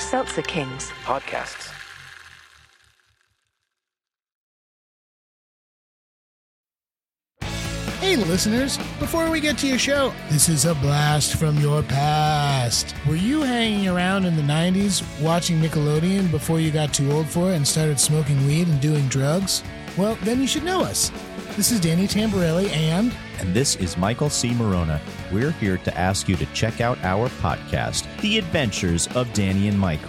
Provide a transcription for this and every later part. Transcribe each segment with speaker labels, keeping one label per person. Speaker 1: Seltzer Kings.
Speaker 2: podcasts.
Speaker 3: Hey, listeners, before we get to your show, this is a blast from your past. Were you hanging around in the 90s watching Nickelodeon before you got too old for it and started smoking weed and doing drugs? Well, then you should know us. This is Danny Tamborelli and.
Speaker 4: and this is Michael C. Morona. We're here to ask you to check out our podcast, The Adventures of Danny and Michael.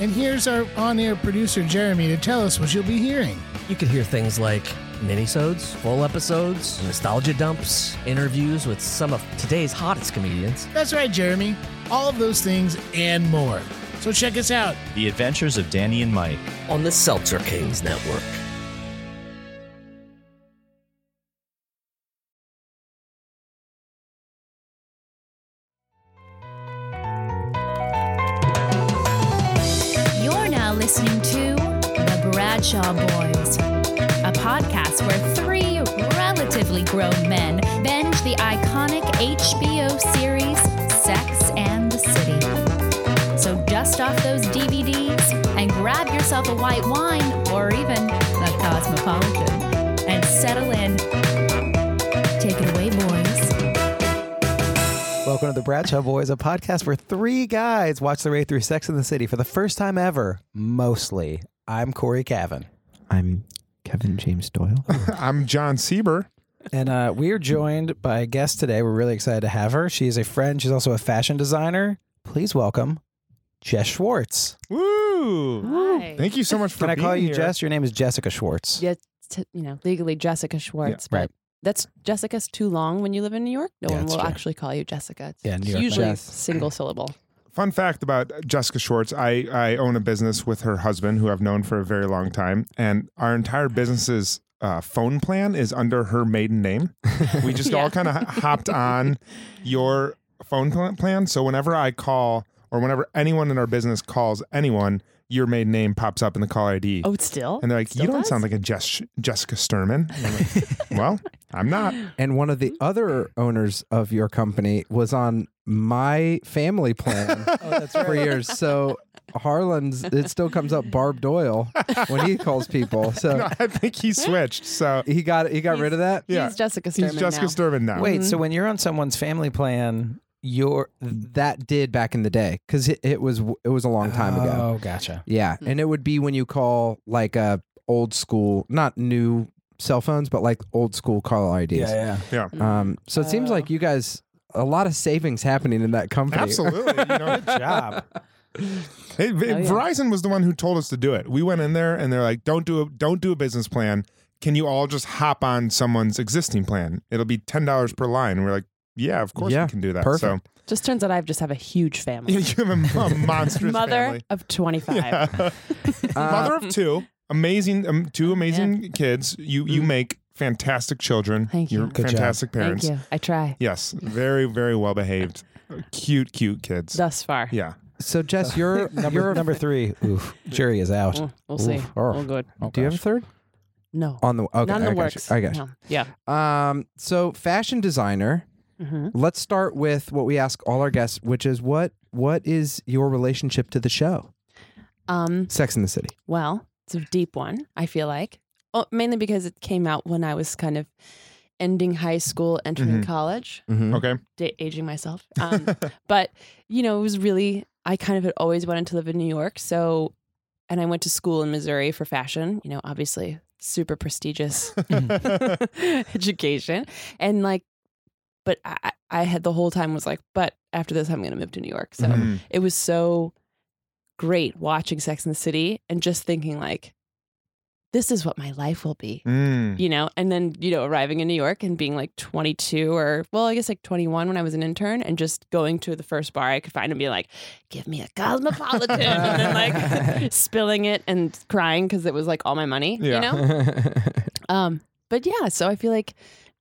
Speaker 3: And here's our on air producer, Jeremy, to tell us what you'll be hearing.
Speaker 5: You could hear things like minisodes, full episodes, nostalgia dumps, interviews with some of today's hottest comedians.
Speaker 3: That's right, Jeremy. All of those things and more. So check us out.
Speaker 4: The Adventures of Danny and Mike.
Speaker 5: on the Seltzer Kings Network.
Speaker 6: You're now listening to The Bradshaw Boys, a podcast where three relatively grown men binge the iconic HBO series Sex and the City. So dust off those DVDs and grab yourself a white wine or even a cosmopolitan and settle in. Take it away, boys.
Speaker 7: Welcome to the Bradshaw Boys, a podcast where three guys watch their way through Sex in the City for the first time ever, mostly. I'm Corey Cavan.
Speaker 8: I'm Kevin James Doyle.
Speaker 9: I'm John Sieber.
Speaker 7: And uh, we are joined by a guest today. We're really excited to have her. She is a friend, she's also a fashion designer. Please welcome Jess Schwartz.
Speaker 9: Woo! Thank you so much for
Speaker 7: Can I call
Speaker 9: being
Speaker 7: you
Speaker 9: here.
Speaker 7: Jess? Your name is Jessica Schwartz.
Speaker 8: Yeah, t- you know, legally Jessica Schwartz, but
Speaker 7: right.
Speaker 8: that's Jessica's too long when you live in New York. No
Speaker 7: Yeah,
Speaker 8: one
Speaker 7: that's
Speaker 8: will
Speaker 7: true.
Speaker 8: actually call you Jessica. It's
Speaker 7: Yeah, New York
Speaker 8: usually
Speaker 7: Jess.
Speaker 8: single syllable.
Speaker 9: Fun fact about Jessica Schwartz I, I own a business with her husband, who I've known for a very long time. And our entire business's uh, phone plan is under her maiden name. We just all kind of hopped on your phone pl- plan. So whenever I call or whenever anyone in our business calls anyone, your maiden name pops up in the call ID.
Speaker 8: Oh, it's still.
Speaker 9: and they're like,
Speaker 8: Still
Speaker 9: you don't
Speaker 8: does?
Speaker 9: sound like a Jess- Jessica Sturman. And I'm like, well, I'm not.
Speaker 10: And one of the other owners of your company was on my family plan
Speaker 9: Oh,
Speaker 10: for years. So Harlan's, it still comes up Barb Doyle when he calls people. So
Speaker 9: No, I think he switched. So
Speaker 10: he got he got rid of that.
Speaker 9: yeah.
Speaker 8: He's Jessica Sturman
Speaker 9: He's Jessica
Speaker 8: now.
Speaker 9: Sturman now.
Speaker 7: Wait, so when you're on someone's family plan, you're.
Speaker 10: That did back in the day because it, it was it was a long time ago.
Speaker 7: Oh, gotcha.
Speaker 10: Yeah, and it would be when you call like a old school, not new cell phones, but like old school call IDs.
Speaker 7: yeah.
Speaker 10: Um, so it seems
Speaker 8: Oh.
Speaker 10: like you guys a lot of savings happening in that company.
Speaker 9: Absolutely. You know,
Speaker 7: Job.
Speaker 9: it- it- Verizon was the one who told us to do it. We went in there and they're like, "Don't do a don't do a business plan. Can you all just hop on someone's existing plan? It'll be ten dollars per line." And we're like, "Yeah, of course
Speaker 10: Yeah,
Speaker 9: we can do that."
Speaker 10: perfect.
Speaker 8: Mm-hmm.
Speaker 5: Just turns out I just have a huge
Speaker 9: So you
Speaker 5: family.
Speaker 9: have a, a monstrous
Speaker 5: Mother
Speaker 9: family.
Speaker 5: of 25.
Speaker 9: Yeah. Mother of two, amazing, um, two amazing kids. You you make fantastic children.
Speaker 5: Thank you.
Speaker 9: You're
Speaker 10: Good job.
Speaker 9: fantastic
Speaker 5: Thank
Speaker 9: parents.
Speaker 5: you. I try.
Speaker 9: Yes, very very well behaved, cute cute kids.
Speaker 5: Thus far.
Speaker 9: yeah.
Speaker 10: So Jess, you're
Speaker 7: number,
Speaker 10: you're
Speaker 7: number three. Oof. Jury is out.
Speaker 5: Mm, We'll see.
Speaker 10: Oof.
Speaker 5: All good.
Speaker 10: Do you
Speaker 9: Oh,
Speaker 10: have a third?
Speaker 5: No.
Speaker 10: On the okay,
Speaker 5: None
Speaker 10: I
Speaker 5: of the
Speaker 10: got you.
Speaker 5: works.
Speaker 10: I got you.
Speaker 5: No. Yeah.
Speaker 10: Um, so fashion designer.
Speaker 5: Mm-hmm.
Speaker 10: Let's start with what we ask all our guests, which is what what is your relationship to the show
Speaker 5: Um,
Speaker 10: Sex in the City?
Speaker 5: Well, it's a deep one, I feel like. Oh, mainly because it came out when I was kind of ending high school,
Speaker 10: Mm-hmm.
Speaker 5: entering
Speaker 9: Mhm.
Speaker 5: college,
Speaker 9: Okay.
Speaker 5: da- aging myself. Um, but, you know, it was really, I kind of had always wanted to live in New York. So, and I went to school in Missouri for fashion, you know, obviously super prestigious education. And like, but I, I- I had the whole time was like, but after this, I'm going to move to New York. So,
Speaker 9: Mhm.
Speaker 5: it was so great watching Sex in the City and just thinking like, this is what my life will be,
Speaker 9: Mm.
Speaker 5: you know. And then you know, arriving in New York and being like 22 or well, I guess like 21 when I was an intern, and just going to the first bar I could find and be like, give me a cosmopolitan, and then like spilling it and crying because it was like all my money,
Speaker 9: Yeah.
Speaker 5: you know. Um, but yeah, so I feel like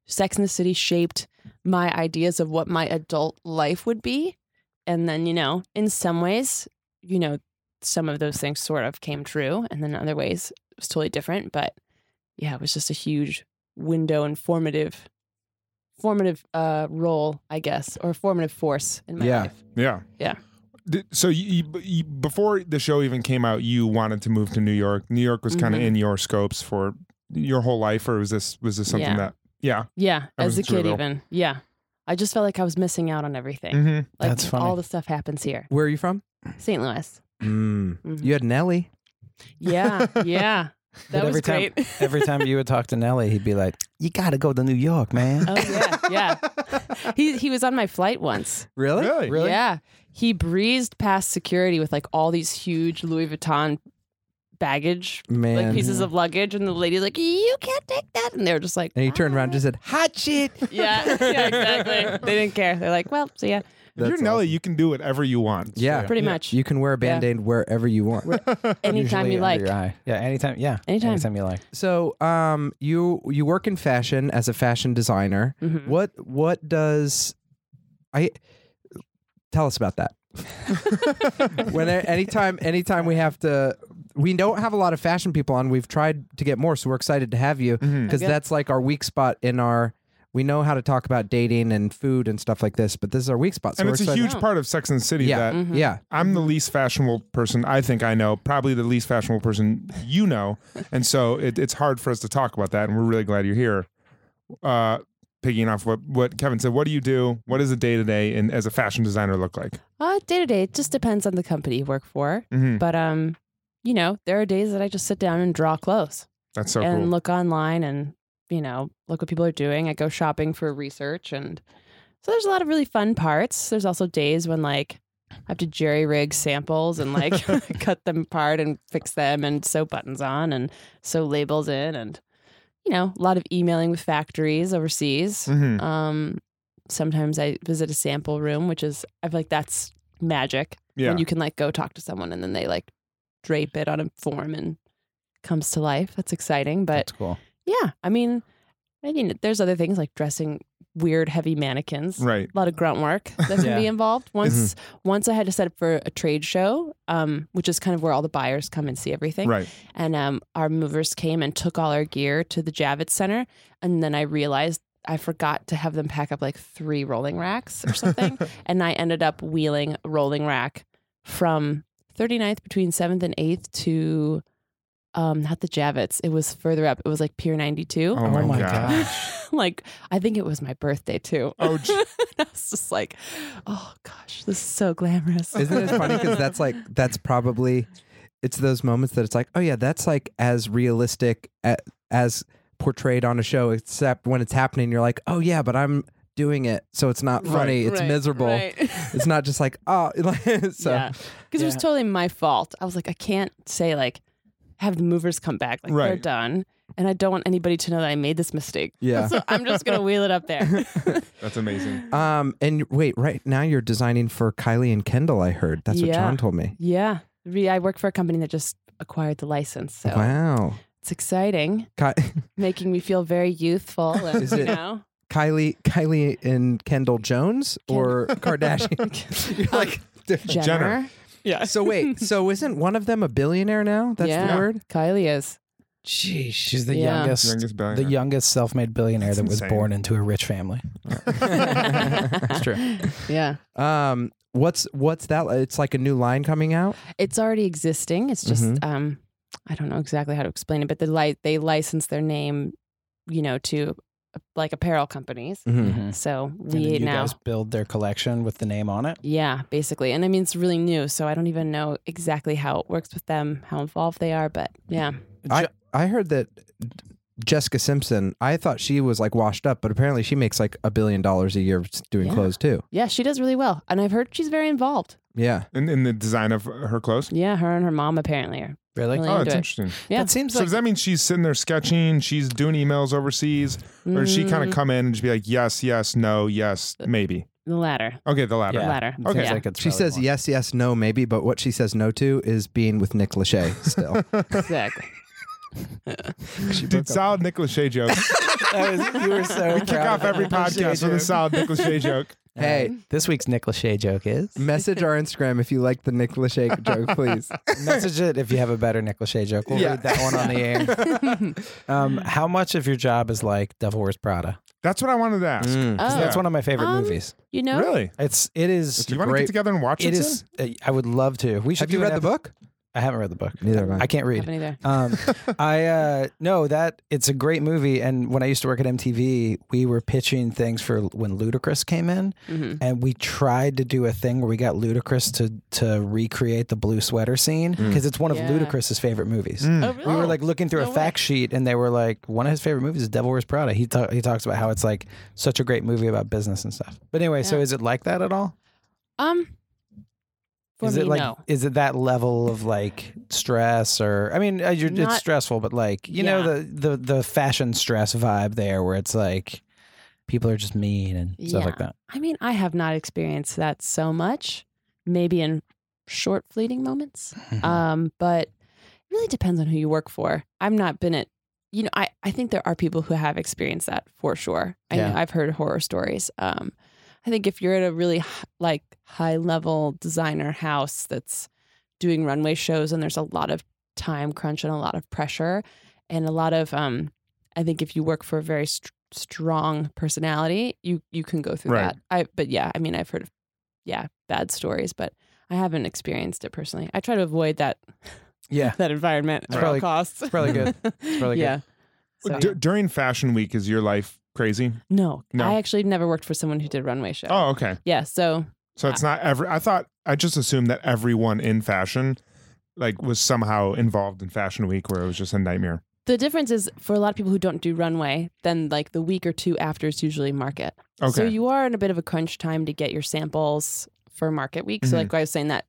Speaker 5: Sex in the City shaped my ideas of what my adult life would be. And then, you know, in some ways, you know, some of those things sort of came true. And then other ways, it was totally different. But yeah, it was just a huge window and formative, formative uh, role, I guess, or formative force in my
Speaker 10: Yeah.
Speaker 5: life.
Speaker 9: Yeah.
Speaker 5: Yeah.
Speaker 9: d- so you, you- you, before the show even came out, you wanted to move to New York. New York was kind of
Speaker 5: Mhm.
Speaker 9: in your scopes for your whole life, or was this was this something
Speaker 5: Yeah.
Speaker 9: that? Yeah.
Speaker 5: Yeah,
Speaker 9: I
Speaker 5: as a
Speaker 9: wasn't sure
Speaker 5: kid,
Speaker 9: though.
Speaker 5: even. Yeah. I just felt like I was missing out on everything.
Speaker 9: Mm-hmm.
Speaker 5: Like
Speaker 11: That's funny.
Speaker 5: all the stuff happens here.
Speaker 10: Where are you from?
Speaker 5: St. Louis.
Speaker 10: Mm.
Speaker 5: Mhm.
Speaker 10: You had Nelly.
Speaker 5: Yeah. Yeah. That
Speaker 11: But
Speaker 5: was
Speaker 11: every time-
Speaker 5: great.
Speaker 11: Every time you would talk to Nelly, he'd be like, "You got to go to New York, man."
Speaker 5: oh yeah. Yeah. He he was on my flight once.
Speaker 10: Really?
Speaker 9: Really?
Speaker 5: Yeah. He breezed past security with like all these huge Louis Vuitton baggage
Speaker 10: Man.
Speaker 5: like pieces of luggage and the lady's like, You can't take that and they were just like
Speaker 10: and he turned around and just said, hot shit.
Speaker 5: Yeah, yeah, exactly. They didn't care. They're like, Well, so yeah.
Speaker 9: If you're
Speaker 10: That's
Speaker 9: Nelly,
Speaker 10: awesome.
Speaker 9: you can do whatever you want.
Speaker 10: Yeah.
Speaker 5: Pretty much.
Speaker 10: You can wear a
Speaker 5: Yeah.
Speaker 10: band aid wherever you want.
Speaker 5: Anytime
Speaker 11: Usually
Speaker 5: you
Speaker 11: under
Speaker 5: like.
Speaker 11: your eye. Yeah, anytime. Yeah,
Speaker 5: Anytime.
Speaker 11: Anytime you like.
Speaker 10: So, um, you you work in fashion as a fashion designer.
Speaker 5: Mhm.
Speaker 9: Mm-hmm.
Speaker 10: What what does I tell us about that? when anytime anytime we have to we don't have a lot of fashion people on. We've tried to get more, so we're excited to have you
Speaker 9: Mhm.
Speaker 10: because
Speaker 5: Okay.
Speaker 10: that's like our weak spot in our. We know how to talk about dating and food and stuff like this, but this is our weak spot. So
Speaker 9: And
Speaker 10: we're
Speaker 9: it's a
Speaker 10: excited-
Speaker 9: huge part of Sex and the City
Speaker 10: Yeah.
Speaker 9: that
Speaker 5: Mhm.
Speaker 10: Yeah,
Speaker 9: I'm the least fashionable person I think I know, probably the least fashionable person you know. And so it, it's hard for us to talk about that. And we're really glad you're here. Uh, picking off what, what Kevin said, what do you do? What does a day to day and as a fashion designer look like?
Speaker 5: Uh, day to day, it just depends on the company you work for.
Speaker 9: hmm
Speaker 5: But um, you know, there are days that I just sit down and draw clothes
Speaker 9: That's so
Speaker 5: and
Speaker 9: cool.
Speaker 5: look online and you know look what people are doing. I go shopping for research and so there's a lot of really fun parts. There's also days when like I have to jerry rig samples and like cut them apart and fix them and sew buttons on and sew labels in and you know a lot of emailing with factories overseas.
Speaker 9: hmm
Speaker 5: Um, sometimes I visit a sample room, which is I feel like that's magic
Speaker 9: Yeah.
Speaker 5: when you can like go talk to someone and then they like drape it on a form and comes to life. That's exciting. But
Speaker 11: That's cool.
Speaker 5: yeah, I mean, I mean, there's other things like dressing weird heavy mannequins.
Speaker 9: right.
Speaker 5: A lot of grunt work that can be
Speaker 11: Yeah. Mm-hmm.
Speaker 5: involved. Once once I had to set up for a trade show, um, which is kind of where all the buyers come and see everything.
Speaker 9: Right.
Speaker 5: And um, our movers came and took all our gear to the Javits Center. And then I realized I forgot to have them pack up like three rolling racks or something. and I ended up wheeling a rolling rack from 39th between 7th and 8th to um, not the Javits. It was further up. It was like Pier 92.
Speaker 9: Oh, my,
Speaker 11: my
Speaker 9: God.
Speaker 11: God.
Speaker 5: like, I think it was my birthday too.
Speaker 9: Oh, gee.
Speaker 5: I was just like, oh gosh, this is so glamorous.
Speaker 10: Isn't it funny? Because that's like that's probably it's those moments that it's like, oh yeah, that's like as realistic a- as portrayed on a show, except when it's happening, you're like, oh yeah, but I'm doing it, so it's not funny, it's miserable. It's not just like oh, so
Speaker 5: Yeah. Because it was
Speaker 11: Yeah.
Speaker 5: totally my fault. I was like, I can't say like have the movers come back. Like they're
Speaker 9: Right.
Speaker 5: done. And I don't want anybody to know that I made this mistake.
Speaker 10: Yeah.
Speaker 5: So I'm just gonna wheel it up there.
Speaker 9: That's amazing.
Speaker 10: Um, and wait, right now you're designing for Kylie and Kendall. I heard that's what
Speaker 5: Yeah.
Speaker 10: John told me.
Speaker 5: yeah. Re- I work for a company that just acquired the license. So
Speaker 10: Wow,
Speaker 5: it's exciting.
Speaker 10: Ky-
Speaker 5: Making me feel very youthful and
Speaker 10: Is
Speaker 5: you
Speaker 10: it-
Speaker 5: know.
Speaker 10: Kylie, Kylie and Kendall Jones or Kardashian? you're like.
Speaker 5: Jenner.
Speaker 9: Jenner.
Speaker 5: Yeah.
Speaker 10: So wait, so isn't one of them a billionaire now? That's
Speaker 5: Yeah.
Speaker 10: the word.
Speaker 5: Kylie is.
Speaker 11: Jeez, she's the
Speaker 5: Yeah.
Speaker 11: youngest,
Speaker 9: Youngest
Speaker 11: the
Speaker 9: billionaire.
Speaker 11: youngest self-made billionaire
Speaker 9: That's
Speaker 11: that was
Speaker 9: insane.
Speaker 11: born into a rich family.
Speaker 5: That's
Speaker 11: true.
Speaker 5: Yeah.
Speaker 10: Um, what's what's that? li- It's like a new line coming out.
Speaker 5: It's already existing. It's just
Speaker 11: Mm-hmm.
Speaker 10: Mhm.
Speaker 5: um, I don't know exactly how to explain it, but they li- they license their name, you know, to uh, like apparel companies.
Speaker 9: Hmm.
Speaker 11: Mm-hmm.
Speaker 5: So
Speaker 11: Mm. And then
Speaker 5: we
Speaker 11: you
Speaker 5: Mm-hmm. now,
Speaker 11: guys build their collection with the name on it.
Speaker 5: yeah, basically. And I mean, it's really new, so I don't even know exactly how it works with them, how involved they are, but yeah,
Speaker 10: I I heard that Jessica Simpson. I thought she was like washed up, but apparently she makes like a billion dollars a year s- doing
Speaker 5: Yeah.
Speaker 10: clothes too.
Speaker 5: yeah, she does really well, and I've heard she's very involved.
Speaker 10: Yeah,
Speaker 9: in, in the design of her clothes.
Speaker 5: Yeah, her and her mom apparently are
Speaker 11: Really?
Speaker 5: really
Speaker 9: oh,
Speaker 5: into
Speaker 9: that's
Speaker 5: it.
Speaker 9: interesting.
Speaker 5: Yeah.
Speaker 11: That seems
Speaker 9: So
Speaker 11: like
Speaker 9: does that mean she's sitting there sketching? She's doing emails overseas, or does she kind of
Speaker 5: Mm,
Speaker 9: come in and just be like, "Yes, yes, no, yes, maybe"?
Speaker 5: the latter,
Speaker 9: Okay, the latter.
Speaker 5: the
Speaker 11: Yeah.
Speaker 5: latter.
Speaker 9: Okay.
Speaker 11: seems
Speaker 5: Yeah.
Speaker 11: like it's
Speaker 10: she
Speaker 11: probably
Speaker 10: says
Speaker 11: more.
Speaker 10: yes, yes, no, maybe, but what she says no to is being with Nick Lachey still.
Speaker 5: exactly.
Speaker 9: Dude, solid Nick Lachey joke.
Speaker 11: That was- you were so
Speaker 9: we kick off every podcast with a solid Nick Lachey joke.
Speaker 10: hey,
Speaker 11: This week's Nick Lachey joke is
Speaker 10: message our Instagram if you like the Nick Lachey joke, please.
Speaker 11: message it if you have a better Nick Lachey joke. We'll
Speaker 9: Yeah.
Speaker 11: read that one on the air. um, how much of your job is like Devil Wears Prada?
Speaker 9: That's what I wanted to ask.
Speaker 11: 'Cause
Speaker 5: Oh.
Speaker 11: That's one of my favorite
Speaker 5: Um,
Speaker 11: movies.
Speaker 5: You know?
Speaker 9: Really?
Speaker 11: It's it is
Speaker 9: Do you want to
Speaker 10: great-
Speaker 9: get together and watch it?
Speaker 11: it is. uh, I would love to. We should.
Speaker 10: Have
Speaker 11: do
Speaker 10: you
Speaker 11: an
Speaker 10: read the
Speaker 11: ep-
Speaker 10: book?
Speaker 11: I haven't read the book.
Speaker 10: Neither have
Speaker 11: I can't read.
Speaker 5: Haven't either.
Speaker 11: Um, I uh, no, that it's a great movie. And when I used to work at MTV, we were pitching things for when Ludacris came in,
Speaker 5: Mhm.
Speaker 11: and we tried to do a thing where we got Ludacris to to recreate the blue sweater scene because it's one of
Speaker 5: Yeah.
Speaker 11: Ludacris's favorite movies.
Speaker 9: Mm.
Speaker 5: Oh, really?
Speaker 11: We were like looking through
Speaker 5: No
Speaker 11: a
Speaker 5: way.
Speaker 11: fact sheet, and they were like, one of his favorite movies is Devil Wears Prada. He ta- he talks about how it's like such a great movie about business and stuff. But anyway, so
Speaker 5: Yeah.
Speaker 11: is it like that at all?
Speaker 5: um, for
Speaker 11: is
Speaker 5: me,
Speaker 11: it like
Speaker 5: no.
Speaker 11: is it that level of like stress or I mean uh, you're, it's
Speaker 5: Not-
Speaker 11: stressful but like you know
Speaker 5: Yeah.
Speaker 11: the the the fashion stress vibe there where it's like people are just mean and stuff like
Speaker 5: Yeah.
Speaker 11: that.
Speaker 5: I mean, I have not experienced that so much, maybe in short, fleeting moments.
Speaker 11: Mm-hmm.
Speaker 5: Um, but it really depends on who you work for. I've not been at, you know, I, I think there are people who have experienced that for sure. I
Speaker 11: Yeah.
Speaker 5: know I've heard horror stories. Um, I think if you're at a really h- like high level designer house that's doing runway shows and there's a lot of time crunch and a lot of pressure and a lot of, um, I think if you work for a very st- strong personality, you you can go through
Speaker 9: Right.
Speaker 5: that. I but yeah, I mean I've heard of yeah, bad stories, but I haven't experienced it personally. I try to avoid that
Speaker 11: yeah.
Speaker 5: that environment
Speaker 11: It's
Speaker 5: at
Speaker 11: probably-
Speaker 5: all costs. It's
Speaker 11: probably good. probably good.
Speaker 5: yeah. So,
Speaker 9: D-
Speaker 5: yeah.
Speaker 9: during Fashion Week, is your life crazy?
Speaker 5: No,
Speaker 9: No.
Speaker 5: I actually never worked for someone who did runway show.
Speaker 9: Oh, okay.
Speaker 5: Yeah, so
Speaker 9: So it's not every. I thought I just assumed that everyone in fashion, like, was somehow involved in Fashion Week, where it was just a nightmare.
Speaker 5: the difference is for a lot of people who don't do runway, then like the week or two after is usually market.
Speaker 9: Okay.
Speaker 5: So you are in a bit of a crunch time to get your samples for market week. So
Speaker 11: Mm-hmm.
Speaker 9: Mhm.
Speaker 5: like I was saying that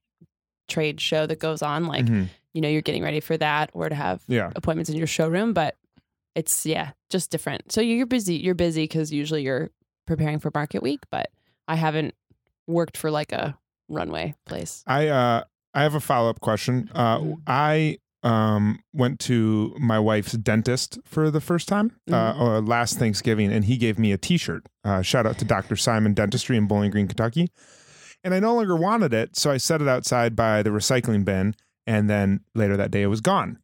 Speaker 5: trade show that goes on, like,
Speaker 9: Mhm.
Speaker 5: you know, you're getting ready for that or to have
Speaker 9: Yeah.
Speaker 5: appointments in your showroom, but it's yeah, just different. So you're busy. You're busy because usually you're preparing for market week, but I haven't worked for like a runway place.
Speaker 9: I uh I have a follow up question. Uh
Speaker 5: Mhm.
Speaker 9: I um went to my wife's dentist for the first time uh or last Thanksgiving and he gave me a t-shirt. Uh shout out to Dr. Simon Dentistry in Bowling Green, Kentucky. And I no longer wanted it, so I set it outside by the recycling bin and then later that day it was gone.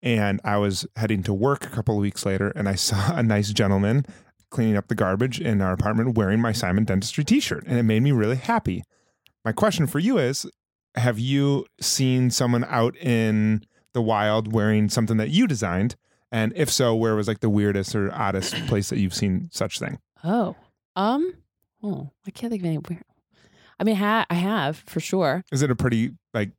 Speaker 9: And I was heading to work a couple of weeks later and I saw a nice gentleman cleaning up the garbage in our apartment wearing my Simon Dentistry t-shirt and it made me really happy. My question for you is have you seen someone out in the wild wearing something that you designed? And if so, where was like the weirdest or oddest place that you've seen such thing?
Speaker 5: Oh, um, oh, I can't think of any weird. I mean, ha- I have for sure.
Speaker 9: Is it a pretty like?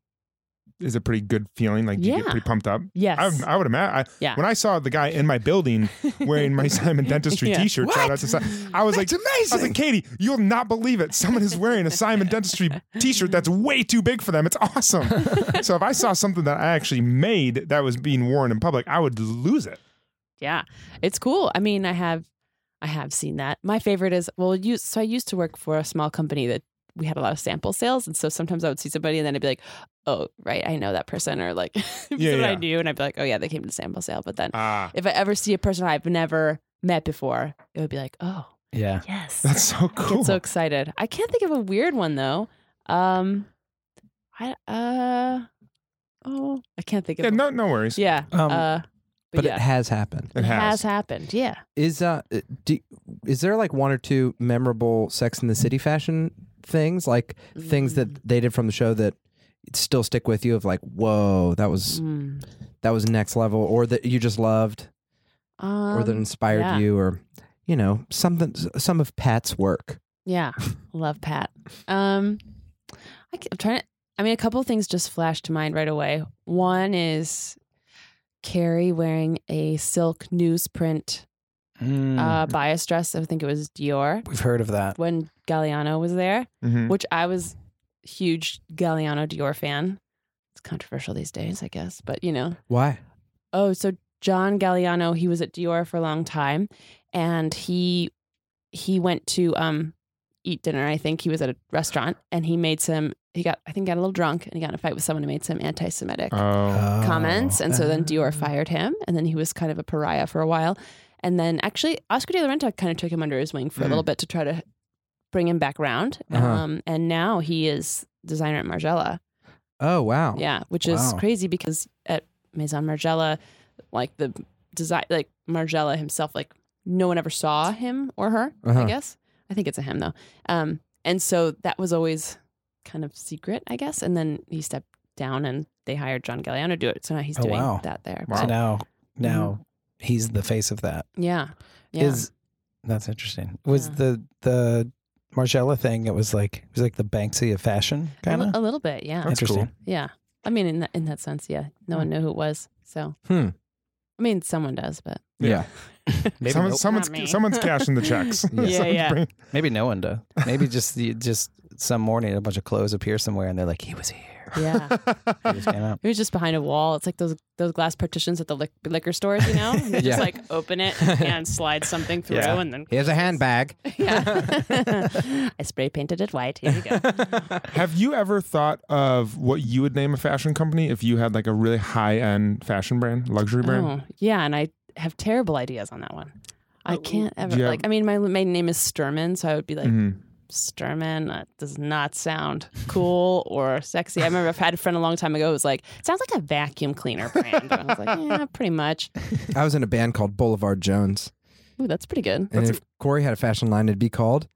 Speaker 9: Is it a pretty good feeling? Like, do you get
Speaker 5: Yeah.
Speaker 9: pretty pumped up?
Speaker 5: Yes.
Speaker 9: I, I would imagine. I,
Speaker 5: Yeah.
Speaker 9: When I saw the guy in my building wearing my Simon Dentistry
Speaker 5: Yeah.
Speaker 9: T-shirt, shout out to Si- I was like, I was like, Katie, you'll not believe it. Someone is wearing a Simon Dentistry T-shirt that's way too big for them. It's awesome. so if I saw something that I actually made that was being worn in public, I would lose it.
Speaker 5: yeah, it's cool. I mean, I have, I have seen that. My favorite is well, you. So I used to work for a small company that we had a lot of sample sales, and so sometimes I would see somebody, and then I'd be like, oh, right, I know that person, or like,
Speaker 9: Yeah,
Speaker 5: yeah,
Speaker 9: yeah.
Speaker 5: I knew, and I'd be like, oh yeah, they came to the sample sale, but then
Speaker 9: Ah,
Speaker 5: if I ever see a person I've never met before, it would be like, oh,
Speaker 11: Yeah.
Speaker 5: yes.
Speaker 9: that's so
Speaker 5: I
Speaker 9: cool.
Speaker 5: get so excited. I can't think of a weird one though. Um, I uh, oh, I can't think of.
Speaker 9: yeah,
Speaker 5: a-
Speaker 9: no, no worries.
Speaker 5: yeah.
Speaker 11: Um,
Speaker 5: uh, but,
Speaker 10: But
Speaker 5: yeah,
Speaker 10: it has happened.
Speaker 9: It has.
Speaker 5: happened. Yeah.
Speaker 10: Is uh, do, is there like one or two memorable Sex in the City fashion things, like things
Speaker 5: Mm.
Speaker 10: that they did from the show that still stick with you? Of like, whoa, that was
Speaker 5: Mm.
Speaker 10: that was next level, or that you just loved,
Speaker 5: Um,
Speaker 10: or that inspired
Speaker 5: yeah.
Speaker 10: you, or you know, something, some of Pat's work.
Speaker 5: Yeah, love Pat. Um, I, am trying to. I mean, a couple of things just flashed to mind right away. One is Carrie wearing a silk newsprint uh, bias dress. I think it was Dior
Speaker 11: We've heard of that.
Speaker 5: when Galliano was there.
Speaker 11: Mm-hmm.
Speaker 9: Mhm.
Speaker 5: which I was huge Galliano Dior fan. It's controversial these days, I guess, but you know.
Speaker 10: Why?
Speaker 5: Oh, so John Galliano, he was at Dior for a long time, and he he went to um eat dinner. I think he was at a restaurant, and he made some. He got I think got a little drunk, and he got in a fight with someone who made some anti-Semitic
Speaker 9: Oh,
Speaker 5: comments, and so then
Speaker 10: Oh.
Speaker 5: Dior fired him, and then he was kind of a pariah for a while, and then actually Oscar de la Renta kind of took him under his wing for a
Speaker 9: Mm.
Speaker 5: little bit to try to bring him back around,
Speaker 10: Uh-huh.
Speaker 5: um, and now he is designer at Margiela,
Speaker 10: Oh wow.
Speaker 5: yeah, which is
Speaker 10: Wow.
Speaker 5: crazy because at Maison Margiela, like the design, like Margiela himself, like no one ever saw him or her,
Speaker 10: Uh-huh.
Speaker 5: I guess. I think it's a him though. Um, and so that was always kind of secret, I guess. And then he stepped down and they hired John Galliano to do it. So now he's
Speaker 11: Oh,
Speaker 5: doing
Speaker 11: wow.
Speaker 5: that there.
Speaker 9: Wow.
Speaker 11: So
Speaker 5: But
Speaker 11: now,
Speaker 5: Mm-hmm.
Speaker 11: now he's the face of that.
Speaker 5: yeah. Yeah.
Speaker 11: Is that's interesting. Was
Speaker 5: Yeah.
Speaker 11: the the Margiela thing? It was like it was like the Banksy of fashion,
Speaker 5: a,
Speaker 11: kind
Speaker 5: li-
Speaker 11: of.
Speaker 5: a little bit. oh, Yeah.
Speaker 9: That's
Speaker 11: Interesting.
Speaker 9: cool.
Speaker 5: Yeah. I mean, in that, in that sense, yeah. No one knew who it was. So,
Speaker 10: Hmm.
Speaker 5: I mean, someone does, but
Speaker 10: Yeah.
Speaker 11: Maybe
Speaker 9: Someone-
Speaker 11: nope.
Speaker 9: someone's
Speaker 5: Not me.
Speaker 9: someone's cashing the checks.
Speaker 10: Yeah.
Speaker 9: Someone's
Speaker 5: yeah.
Speaker 9: bringing-
Speaker 11: Maybe no one does. Maybe just the- just some morning a bunch of clothes appear somewhere and they're like, he was here.
Speaker 5: yeah.
Speaker 11: He just came out.
Speaker 5: It was just behind a wall. It's like those those glass partitions at the lic- liquor stores, you know? And they
Speaker 10: Yeah.
Speaker 5: Just like open it and slide something through
Speaker 11: Yeah.
Speaker 5: and then
Speaker 10: Here's a handbag.
Speaker 5: Yeah. I spray painted it white. Here you go.
Speaker 9: Have you ever thought of what you would name a fashion company if you had like a really high end fashion brand, luxury brand?
Speaker 5: Oh, yeah, and I have terrible ideas on that one. I can't ever
Speaker 9: yeah.
Speaker 5: like I mean my maiden name is Sturman, so I would be like
Speaker 9: Mhm.
Speaker 5: Sturman that does not sound cool or sexy. I remember I've had a friend a long time ago who was like, it sounds like a vacuum cleaner brand. And I was like, yeah, pretty much.
Speaker 10: I was in a band called Boulevard Jones.
Speaker 5: Ooh, that's pretty good.
Speaker 10: And if Corey had a fashion line, it'd be called.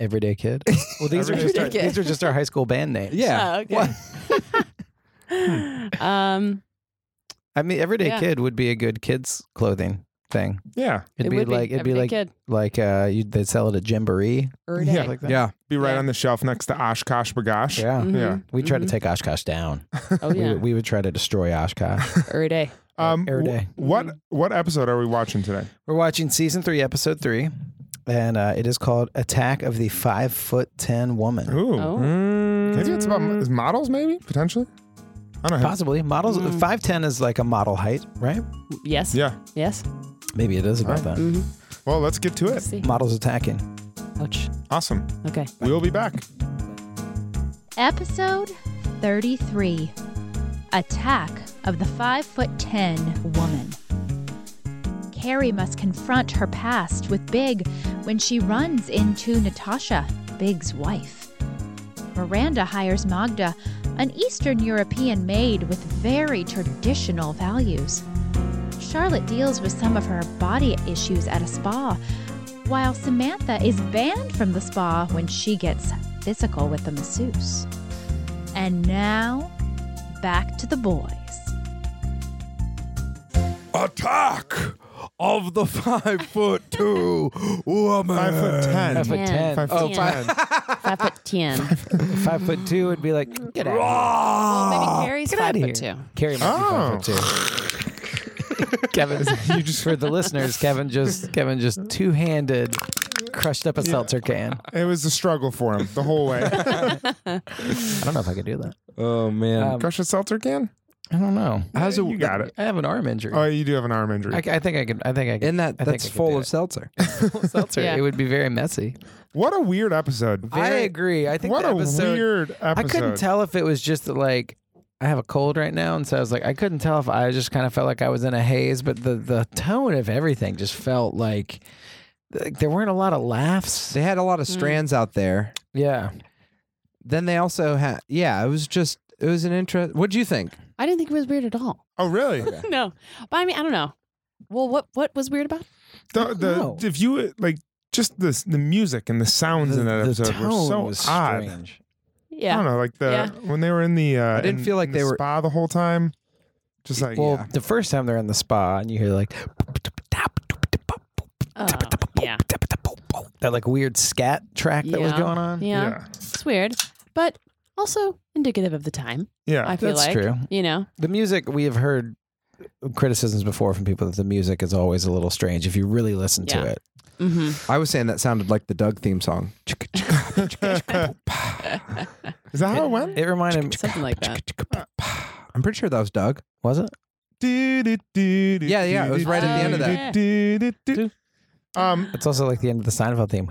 Speaker 11: Everyday kid. Well, these are
Speaker 9: Everyday
Speaker 11: just our,
Speaker 5: kid.
Speaker 11: these are just our high school band names.
Speaker 10: Yeah.
Speaker 5: Oh, okay.
Speaker 11: Hmm.
Speaker 5: um
Speaker 11: I mean, everyday
Speaker 5: Yeah.
Speaker 11: kid would be a good kids clothing thing.
Speaker 9: Yeah,
Speaker 11: It'd be
Speaker 5: would
Speaker 11: like it'd be
Speaker 5: everyday
Speaker 11: like
Speaker 5: kid.
Speaker 11: like uh, you they'd sell it at Jamboree.
Speaker 9: Yeah.
Speaker 11: stuff like that.
Speaker 10: Yeah.
Speaker 9: be right
Speaker 5: Yeah.
Speaker 9: on the shelf next to Oshkosh Bagosh.
Speaker 11: Yeah.
Speaker 9: Yeah.
Speaker 11: We tried to take Oshkosh down.
Speaker 5: take. Oh
Speaker 11: We
Speaker 5: Mm-hmm. yeah,
Speaker 11: would- we would try to destroy Oshkosh.
Speaker 5: every day.
Speaker 9: Um,
Speaker 11: Air
Speaker 9: wh-
Speaker 11: Day.
Speaker 9: what what episode are we watching today?
Speaker 11: We're watching season three, episode three, and uh, it is called "Attack of the Five Foot Ten Woman."
Speaker 9: Ooh,
Speaker 5: Oh,
Speaker 9: maybe it's about is models, maybe potentially. I don't know.
Speaker 11: Possibly models. Five ten is like a model height, right?
Speaker 5: yes,
Speaker 9: Yeah.
Speaker 5: yes.
Speaker 11: Maybe it is about that.
Speaker 9: Well, let's get to it.
Speaker 5: See.
Speaker 11: Models attacking.
Speaker 5: Ouch.
Speaker 9: Awesome.
Speaker 5: Okay.
Speaker 9: We will be back.
Speaker 6: Episode 33 Attack of the 5 foot 10 woman. Carrie must confront her past with Big when she runs into Natasha, Big's wife. Miranda hires Magda, an Eastern European maid with very traditional values. Charlotte deals with some of her body issues at a spa, while Samantha is banned from the spa when she gets physical with the masseuse. And now, back to the boys.
Speaker 10: Attack of the five foot two woman.
Speaker 9: Five foot ten.
Speaker 11: Five foot ten. Oh,
Speaker 9: Five foot ten.
Speaker 5: Oh, Five foot ten.
Speaker 11: Five foot two would be like get out.
Speaker 10: Ah.
Speaker 5: Maybe Carrie's five
Speaker 11: outta
Speaker 5: foot
Speaker 11: here.
Speaker 5: two.
Speaker 11: Carrie might
Speaker 9: Oh.
Speaker 11: be five foot two. Kevin, you just for the listeners, Kevin just Kevin just two handed crushed up a seltzer can.
Speaker 9: It was a struggle for him the whole way.
Speaker 11: I don't know if I could do that.
Speaker 10: Oh, man.
Speaker 11: Um,
Speaker 9: Crush a seltzer can.
Speaker 11: I don't know. How's
Speaker 9: you got it.
Speaker 11: I have an arm injury.
Speaker 9: Oh, you do have an arm injury.
Speaker 11: I, I think I could. I think I could.
Speaker 10: and that,
Speaker 11: I think
Speaker 10: that's
Speaker 11: I could
Speaker 10: full
Speaker 11: do
Speaker 10: of
Speaker 11: it.
Speaker 10: seltzer.
Speaker 11: seltzer.
Speaker 5: Yeah.
Speaker 11: It would be very messy.
Speaker 9: What a weird episode.
Speaker 11: I agree. I think
Speaker 9: what
Speaker 11: the episode,
Speaker 9: a weird episode.
Speaker 11: I couldn't tell if it was just that, like I have a cold right now, and so I was like, I couldn't tell if I just kind of felt like I was in a haze. But the the tone of everything just felt like, like there weren't a lot of laughs.
Speaker 10: They had a lot of strands out there.
Speaker 11: Yeah,
Speaker 10: Then they also had, yeah, it was just, it was an interest. What'd you think?
Speaker 5: I didn't think it was weird at all.
Speaker 9: Oh, really?
Speaker 5: No, but I mean, I don't know. Well, what what was weird about? it?
Speaker 9: The, the
Speaker 11: No.
Speaker 9: if you like just the the music and the sounds in that episode were so odd.
Speaker 11: strange.
Speaker 9: I don't
Speaker 5: Yeah.
Speaker 9: know, like the
Speaker 5: Yeah.
Speaker 9: when they were in the uh,
Speaker 10: I didn't
Speaker 9: in-
Speaker 10: feel like
Speaker 9: in the
Speaker 10: they were-
Speaker 9: spa the whole time. Just like
Speaker 11: Well,
Speaker 9: yeah.
Speaker 11: the first time they're in the spa, and you hear like.
Speaker 5: Oh, yeah.
Speaker 11: That like weird scat track that was
Speaker 5: Yeah.
Speaker 11: going on.
Speaker 5: yeah,
Speaker 9: yeah,
Speaker 5: It's weird, but also indicative of the time.
Speaker 9: yeah,
Speaker 5: I feel
Speaker 11: that's
Speaker 5: like
Speaker 11: true.
Speaker 5: you know.
Speaker 11: The music we have heard criticisms before from people that the music is always a little strange if you really listen
Speaker 5: Yeah.
Speaker 11: to it.
Speaker 5: Mm-hmm.
Speaker 10: I was saying that sounded like the Doug theme song.
Speaker 9: Is that how it went?
Speaker 11: It reminded me
Speaker 5: Something like that.
Speaker 10: I'm pretty sure that was Doug.
Speaker 11: Was it?
Speaker 9: Yeah,
Speaker 10: Yeah, yeah, it was right
Speaker 5: at the end of
Speaker 9: that. Um,
Speaker 11: It's also like the end of the Seinfeld theme.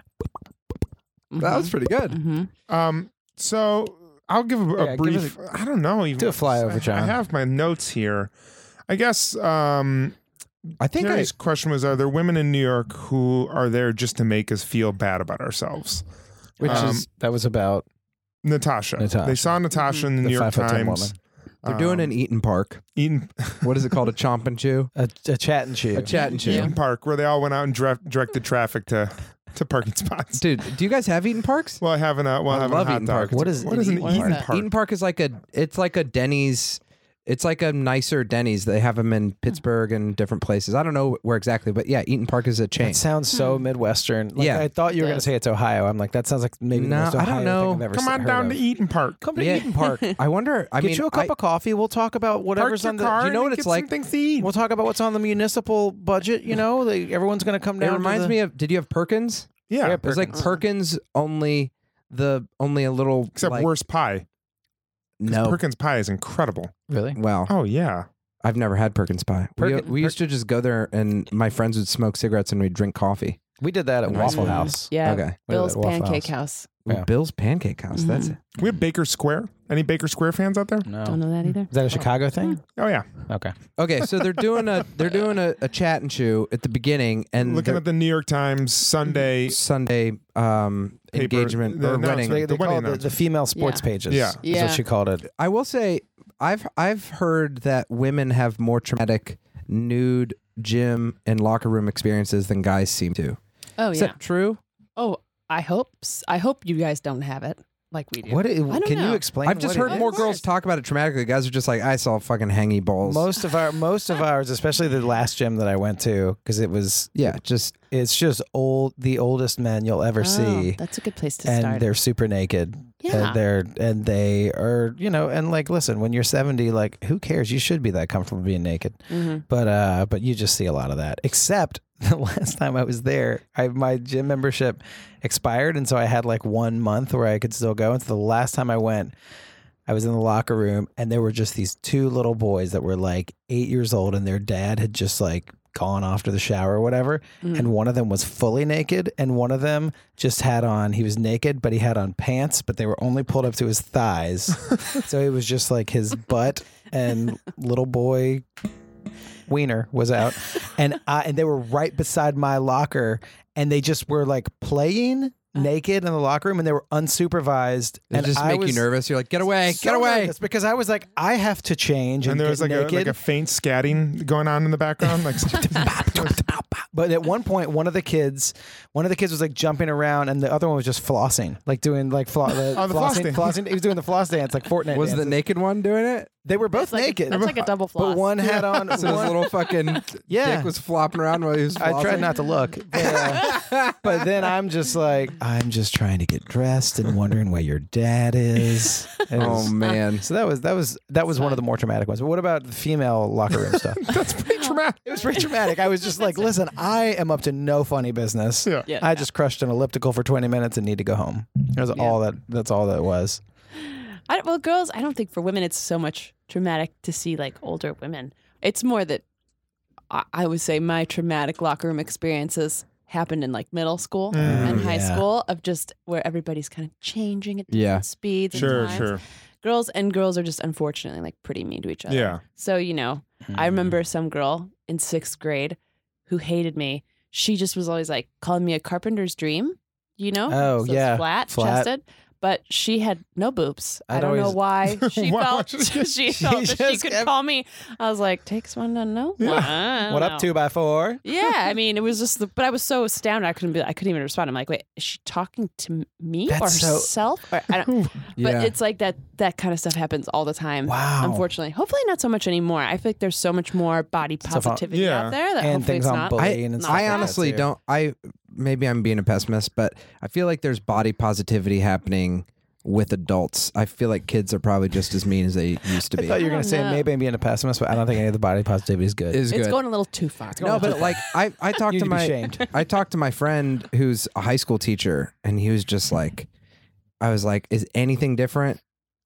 Speaker 10: That was pretty good.
Speaker 5: hmm
Speaker 9: um, so I'll give a, a
Speaker 11: Yeah, give
Speaker 9: brief. I I don't know. Even
Speaker 11: Do a flyover,
Speaker 9: I- I
Speaker 11: John.
Speaker 9: have my notes here. I guess um,
Speaker 10: I think I,
Speaker 9: Carrie's question was: Are there women in New York who are there just to make us feel bad about ourselves?
Speaker 11: Which
Speaker 9: Um,
Speaker 11: is that was about
Speaker 9: Natasha.
Speaker 11: Natasha. Mm-hmm.
Speaker 9: They saw Natasha in the,
Speaker 11: the
Speaker 9: New York
Speaker 11: five foot ten
Speaker 9: Times. Um,
Speaker 11: woman.
Speaker 10: They're doing an Eaton Park.
Speaker 9: Eaton,
Speaker 10: What is it called? A chomp and chew?
Speaker 11: A, a chat and chew.
Speaker 10: A chat and chew.
Speaker 9: Eaton Park where they all went out and direct, directed traffic to to parking spots.
Speaker 10: Dude, do you guys have Eaton Parks?
Speaker 9: Well, having a well,
Speaker 10: I
Speaker 9: having
Speaker 10: love
Speaker 9: a hot
Speaker 10: Eaton
Speaker 9: dog.
Speaker 10: Park.
Speaker 11: What is
Speaker 9: what
Speaker 11: an
Speaker 9: is an
Speaker 11: Eaton
Speaker 9: Eaton
Speaker 5: Park?
Speaker 9: Park?
Speaker 10: Eaton Park is like a it's like a Denny's. It's like a nicer Denny's. They have them in Pittsburgh and different places. I don't know where exactly, but yeah, Eaton Park is a chain.
Speaker 11: It sounds so Midwestern. Like,
Speaker 10: Yeah.
Speaker 11: I thought you were
Speaker 5: Yeah.
Speaker 11: going to say it's Ohio. I'm like, that sounds like maybe
Speaker 10: No,
Speaker 11: the most
Speaker 10: I
Speaker 11: Ohio
Speaker 10: don't know.
Speaker 11: thing I've ever
Speaker 9: Come
Speaker 11: se-
Speaker 9: on
Speaker 11: heard
Speaker 9: down
Speaker 11: of.
Speaker 9: to Eaton Park.
Speaker 11: Come to
Speaker 10: Yeah.
Speaker 11: Eaton Park.
Speaker 10: I wonder. I
Speaker 11: Get
Speaker 10: mean,
Speaker 11: you a cup
Speaker 10: I-
Speaker 11: of coffee. We'll talk about whatever's
Speaker 9: Park your
Speaker 11: on the.
Speaker 9: car
Speaker 11: You know
Speaker 9: and
Speaker 11: what it's
Speaker 9: get
Speaker 11: like.
Speaker 9: Some things to eat.
Speaker 11: We'll talk about what's on the municipal budget. You know, they, everyone's going to come down.
Speaker 10: it reminds me of. Did you have Perkins?
Speaker 9: yeah,
Speaker 11: yeah,
Speaker 10: It was like
Speaker 11: Perkins.
Speaker 10: Perkins only the only a little
Speaker 9: except
Speaker 10: like,
Speaker 9: worse pie. 'Cause
Speaker 10: No,
Speaker 9: Perkins pie is incredible.
Speaker 11: really.
Speaker 10: wow,
Speaker 9: Oh yeah,
Speaker 10: I've never had Perkins pie.
Speaker 11: Perkin-
Speaker 10: we we
Speaker 11: Per-
Speaker 10: used to just go there, and my friends would smoke cigarettes, and we'd drink coffee.
Speaker 11: We did that at
Speaker 10: Mm.
Speaker 11: Waffle
Speaker 10: Mm.
Speaker 11: House.
Speaker 5: Yeah.
Speaker 10: Okay,
Speaker 11: We did
Speaker 5: Bill's
Speaker 11: that at Waffle
Speaker 5: Pancake
Speaker 11: House.
Speaker 5: House.
Speaker 10: Ooh,
Speaker 11: Yeah.
Speaker 10: Bill's Pancake House. That's it.
Speaker 9: we have Baker Square. Any Baker Square fans out there?
Speaker 5: Don't
Speaker 11: No.
Speaker 5: know that either.
Speaker 11: Is that a Chicago thing?
Speaker 9: Oh yeah,
Speaker 11: Okay.
Speaker 10: Okay, so they're doing a they're doing a, a chat and chew at the beginning, and Mm,
Speaker 9: looking
Speaker 10: they're-
Speaker 9: at the New York Times Sunday.
Speaker 10: Sunday um,
Speaker 9: Paper-
Speaker 10: engagement
Speaker 9: the
Speaker 10: or
Speaker 9: announcement.
Speaker 10: wedding.
Speaker 11: They,
Speaker 9: The
Speaker 11: they call
Speaker 9: wedding
Speaker 11: it the, the
Speaker 9: announcement.
Speaker 11: female sports
Speaker 5: Yeah.
Speaker 11: pages.
Speaker 9: Yeah.
Speaker 11: That's
Speaker 5: Yeah.
Speaker 11: what she called it.
Speaker 10: I will say, I've I've heard that women have more traumatic nude gym and locker room experiences than guys seem to.
Speaker 5: Oh
Speaker 10: Is
Speaker 5: yeah.
Speaker 10: that true?
Speaker 5: Oh, I hope. s- I hope you guys don't have it like we do.
Speaker 11: What i-
Speaker 5: don't
Speaker 11: can
Speaker 5: know.
Speaker 11: you explain?
Speaker 10: I've just
Speaker 11: what it
Speaker 10: heard
Speaker 5: is.
Speaker 10: more
Speaker 5: Of
Speaker 10: girls
Speaker 5: course.
Speaker 10: talk about it traumatically. Guys are just like, I saw fucking hangy balls.
Speaker 11: Most of our most of ours, especially the last gym that I went to, because it was
Speaker 10: yeah, just
Speaker 11: it's just old the oldest men you'll ever
Speaker 5: Oh,
Speaker 11: see.
Speaker 5: That's a good place to
Speaker 11: And
Speaker 5: start.
Speaker 11: they're super naked.
Speaker 5: Yeah.
Speaker 11: And they're and they are, you know, and like listen, when you're seventy, like who cares? You should be that comfortable being naked.
Speaker 5: Mhm.
Speaker 11: But uh but you just see a lot of that. Except the last time I was there, I my gym membership expired and so I had like one month where I could still go. And so the last time I went I was in the locker room and there were just these two little boys that were like eight years old and their dad had just like gone off to the shower or whatever. And one of them was fully naked and one of them just had on, he was naked, but he had on pants, but they were only pulled up to his thighs. so it was just like his butt and little boy wiener was out. And I, and they were right beside my locker and they just were like playing naked in the locker room and they were unsupervised
Speaker 10: it
Speaker 11: and
Speaker 10: just
Speaker 11: I
Speaker 10: make you
Speaker 11: was-
Speaker 10: nervous. You're like, get away,
Speaker 11: so
Speaker 10: get away.
Speaker 11: nervous because I was like, I have to change, and,
Speaker 9: And there was
Speaker 11: get
Speaker 9: like a, like
Speaker 11: naked.
Speaker 9: a faint scatting going on in the background. Like Mm,
Speaker 11: but at one point, one of the kids, one of the kids was like jumping around, and the other one was just flossing, like doing like flo- the
Speaker 9: Oh, the floss
Speaker 11: flossing,
Speaker 9: dance.
Speaker 11: flossing. He was doing the floss dance, like Fortnite.
Speaker 10: Was the
Speaker 11: dances.
Speaker 10: naked one doing it?
Speaker 11: they were both
Speaker 5: It's like,
Speaker 11: naked,
Speaker 5: That's like a double floss.
Speaker 11: but one had on.
Speaker 10: So his
Speaker 11: one-
Speaker 10: little fucking
Speaker 11: Yeah.
Speaker 10: dick was flopping around while he was.
Speaker 11: I tried
Speaker 10: flossing?
Speaker 11: not to look, but, uh, but then I'm just like, I'm just trying to get dressed and wondering where your dad is. It was-
Speaker 10: Oh man.
Speaker 11: So that was that was that was one of the more traumatic ones. But what about the female locker room stuff? That's pretty traumatic. It was pretty traumatic. I was just like, listen, I am up to no funny business.
Speaker 9: Yeah.
Speaker 5: Yeah.
Speaker 11: I just crushed an elliptical for 20 minutes and need to go home. That was all that that's all that was.
Speaker 5: I don't- well, girls, I don't think for women it's so much traumatic to see like older women. It's more that I, I would say my traumatic locker room experiences happened in like middle school and uh, high
Speaker 11: Mm, yeah.
Speaker 5: school of just where everybody's kind of changing at different
Speaker 10: Yeah.
Speaker 5: speeds.
Speaker 9: sure,
Speaker 5: and times.
Speaker 9: sure.
Speaker 5: Girls and girls are just unfortunately like pretty mean to each other.
Speaker 9: Yeah.
Speaker 5: So, you know,
Speaker 11: Mm.
Speaker 5: I
Speaker 11: Mm-hmm.
Speaker 5: remember some girl in sixth grade who hated me. She just was always like calling me a carpenter's dream, you know?
Speaker 11: Oh,
Speaker 5: So it's
Speaker 11: yeah.
Speaker 5: Flat,
Speaker 11: Flat.
Speaker 5: chested. But she had no boobs. I
Speaker 11: I'd
Speaker 5: don't know
Speaker 11: always-
Speaker 5: why she
Speaker 9: Wow.
Speaker 5: felt she felt that she
Speaker 11: just
Speaker 5: could
Speaker 11: kept-
Speaker 5: call me. I was like, takes one to know one. I don't
Speaker 11: What
Speaker 5: know.
Speaker 11: up two by four?
Speaker 5: Yeah, I mean, it was just the. But I was so astounded, I couldn't be. I couldn't even respond. I'm like, wait, is she talking to m- me or
Speaker 11: That's so-
Speaker 5: herself? Or, I don't,
Speaker 10: Yeah.
Speaker 5: But it's like that. That kind of stuff happens all the time.
Speaker 11: Wow.
Speaker 5: Unfortunately, hopefully not so much anymore. I feel like there's so much more body
Speaker 11: Stuff on-
Speaker 5: positivity
Speaker 9: yeah.
Speaker 5: out there that
Speaker 11: And
Speaker 5: hopefully
Speaker 11: things
Speaker 5: it's
Speaker 11: on
Speaker 5: not.
Speaker 11: bullying and
Speaker 5: not
Speaker 11: stuff.
Speaker 10: I
Speaker 11: like that,
Speaker 10: honestly
Speaker 11: too.
Speaker 10: don't. I maybe I'm being a pessimist, but I feel like there's body positivity happening with adults. I feel like kids are probably just as mean as they used to
Speaker 11: I
Speaker 10: be.
Speaker 11: thought you were
Speaker 5: I
Speaker 11: gonna
Speaker 5: don't
Speaker 11: say
Speaker 5: know.
Speaker 11: maybe I'm being a pessimist, but I don't think any of the body positivity is good.
Speaker 10: Is
Speaker 5: It's
Speaker 10: good.
Speaker 5: going a little too far.
Speaker 10: no, but like I, I talked
Speaker 11: You need to
Speaker 10: to
Speaker 11: be
Speaker 10: my,
Speaker 11: shamed.
Speaker 10: I talked to my friend who's a high school teacher, and he was just like, I was like, is anything different?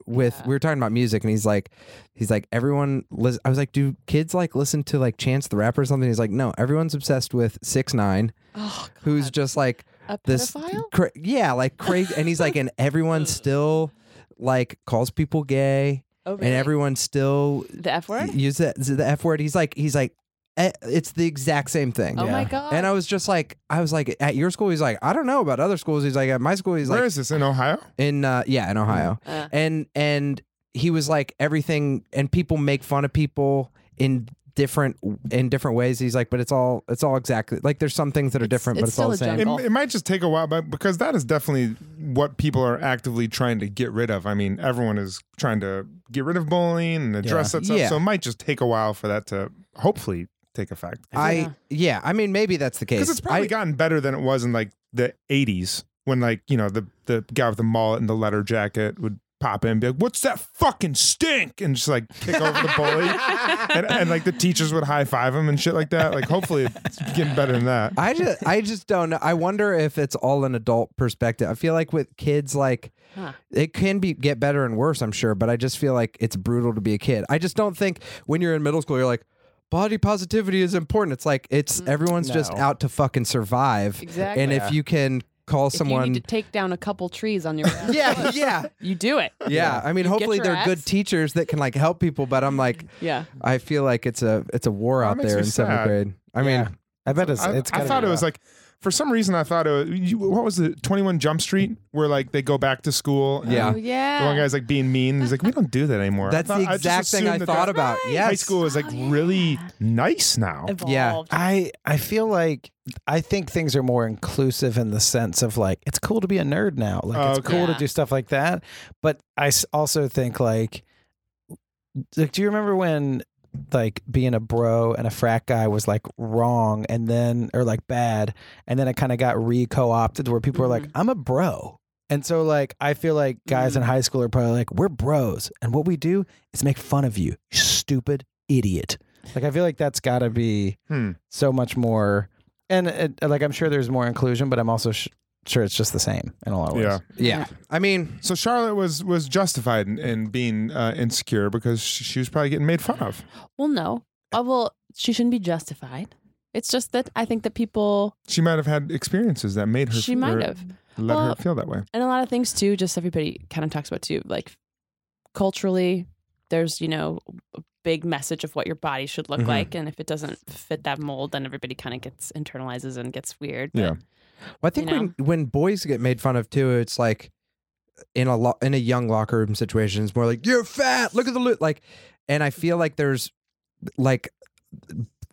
Speaker 10: With we were talking about music, and he's like, he's like, everyone. Lis-, I was like, do kids like listen to like Chance the Rapper or something? He's like, no, everyone's obsessed with Six Nine,
Speaker 5: oh,
Speaker 10: who's just like
Speaker 5: a
Speaker 10: this
Speaker 5: pedophile?
Speaker 10: cra- yeah like crazy and he's like and everyone still like calls people gay
Speaker 5: Oh,
Speaker 10: and
Speaker 5: really?
Speaker 10: everyone still
Speaker 5: the F word.
Speaker 10: use the, the f word he's like he's like eh, it's the exact same thing
Speaker 5: Oh
Speaker 11: Yeah.
Speaker 5: my god.
Speaker 10: and i was just like i was like at your school he's like i don't know about other schools he's like at my school he's
Speaker 9: Where
Speaker 10: like
Speaker 9: is this in Ohio?
Speaker 10: in uh yeah in ohio
Speaker 5: Mm-hmm. Uh.
Speaker 10: and and he was like everything and people make fun of people in different in different ways he's like but it's all it's all exactly like there's some things that are
Speaker 5: It's-
Speaker 10: different but
Speaker 5: it's
Speaker 10: it's all the
Speaker 5: still a
Speaker 10: same
Speaker 9: It,
Speaker 5: jungle.
Speaker 9: it might just take a while, but because that is definitely what people are actively trying to get rid of. I mean, everyone is trying to get rid of bullying and address
Speaker 10: Yeah.
Speaker 9: that stuff.
Speaker 10: Yeah.
Speaker 9: So it might just take a while for that to hopefully take effect.
Speaker 10: i yeah i mean maybe that's the case
Speaker 9: Because it's probably
Speaker 10: I-
Speaker 9: gotten better than it was in like the '80s when like you know the the guy with the mullet and the leather jacket would pop in and be like, "What's that fucking stink?" and just like kick over the bully, and, and like the teachers would high five him and shit like that. Like hopefully it's getting better than that.
Speaker 10: I just I just don't know. I wonder if it's all an adult perspective. I feel like with kids like
Speaker 5: Huh.
Speaker 10: it can be get better and worse, I'm sure, but I just feel like it's brutal to be a kid. I just don't think when you're in middle school you're like body positivity is important. It's like it's everyone's just
Speaker 11: No.
Speaker 10: out to fucking survive.
Speaker 5: Mm, Exactly.
Speaker 10: And if you can call
Speaker 5: If
Speaker 10: someone
Speaker 5: you need to take down a couple trees on your
Speaker 10: yeah, yeah,
Speaker 5: you do it.
Speaker 10: yeah. I mean,
Speaker 5: You get
Speaker 10: hopefully
Speaker 5: your
Speaker 10: they're good
Speaker 5: ass.
Speaker 10: teachers that can like help people. But I'm like,
Speaker 5: Yeah.
Speaker 10: I feel like it's a it's a war
Speaker 9: That
Speaker 10: out
Speaker 9: makes
Speaker 10: there
Speaker 9: me
Speaker 10: in seventh
Speaker 9: sad.
Speaker 10: grade. I mean,
Speaker 11: Yeah. I bet it's.
Speaker 9: I,
Speaker 11: it's
Speaker 9: I
Speaker 11: gotta
Speaker 9: thought
Speaker 11: be
Speaker 9: it was
Speaker 11: rough.
Speaker 9: like for some reason I thought it was, you, what was the 21 Jump Street where like they go back to school. and
Speaker 10: Yeah.
Speaker 5: Oh
Speaker 9: The one
Speaker 5: yeah.
Speaker 9: guy's like being mean. He's like, we don't do that anymore. I
Speaker 10: that's
Speaker 9: thought-
Speaker 10: the
Speaker 9: just
Speaker 10: exact thing
Speaker 9: assumed
Speaker 10: I
Speaker 9: that
Speaker 10: thought
Speaker 9: that
Speaker 10: about. Yes.
Speaker 9: High school is like really
Speaker 5: Oh,
Speaker 9: nice now.
Speaker 10: Yeah.
Speaker 11: I I feel like I think things are more inclusive in the sense of like it's cool to be a nerd now. Like
Speaker 9: Oh,
Speaker 11: it's
Speaker 9: okay.
Speaker 11: cool to
Speaker 5: Yeah.
Speaker 11: do stuff like that. But I s- also think like, like, do you remember when like being a bro and a frat guy was like wrong and then or like bad and then it kind of got re co opted where people were like I'm a bro. And so, like, I feel like guys in high school are probably like, we're bros. And what we do is make fun of you, you stupid idiot. Like, I feel like that's got to be
Speaker 9: Hmm.
Speaker 11: so much more and it, like i'm sure there's more inclusion but i'm also sh- sure it's just the same in a lot of ways
Speaker 9: Yeah.
Speaker 10: yeah. I mean,
Speaker 9: So Charlotte was was justified in, in being uh, insecure because she, she was probably getting made fun of.
Speaker 5: Well, no. Uh, well, she shouldn't be justified. It's just that I think that people
Speaker 9: She might have had experiences that made her.
Speaker 5: she
Speaker 9: or
Speaker 5: might have,
Speaker 9: let her
Speaker 5: Well-
Speaker 9: feel that way.
Speaker 5: and a lot of things too. Just everybody kind of talks about too, like culturally. There's you know a big message of what your body should look
Speaker 9: Mhm.
Speaker 5: like, and if it doesn't fit that mold, then everybody kind of gets internalizes and gets weird.
Speaker 9: Yeah.
Speaker 10: Well, I think
Speaker 5: know?
Speaker 10: when when boys get made fun of too, it's like in a lo- in a young locker room situation, it's more like you're fat. Look at the loot, like, and I feel like there's like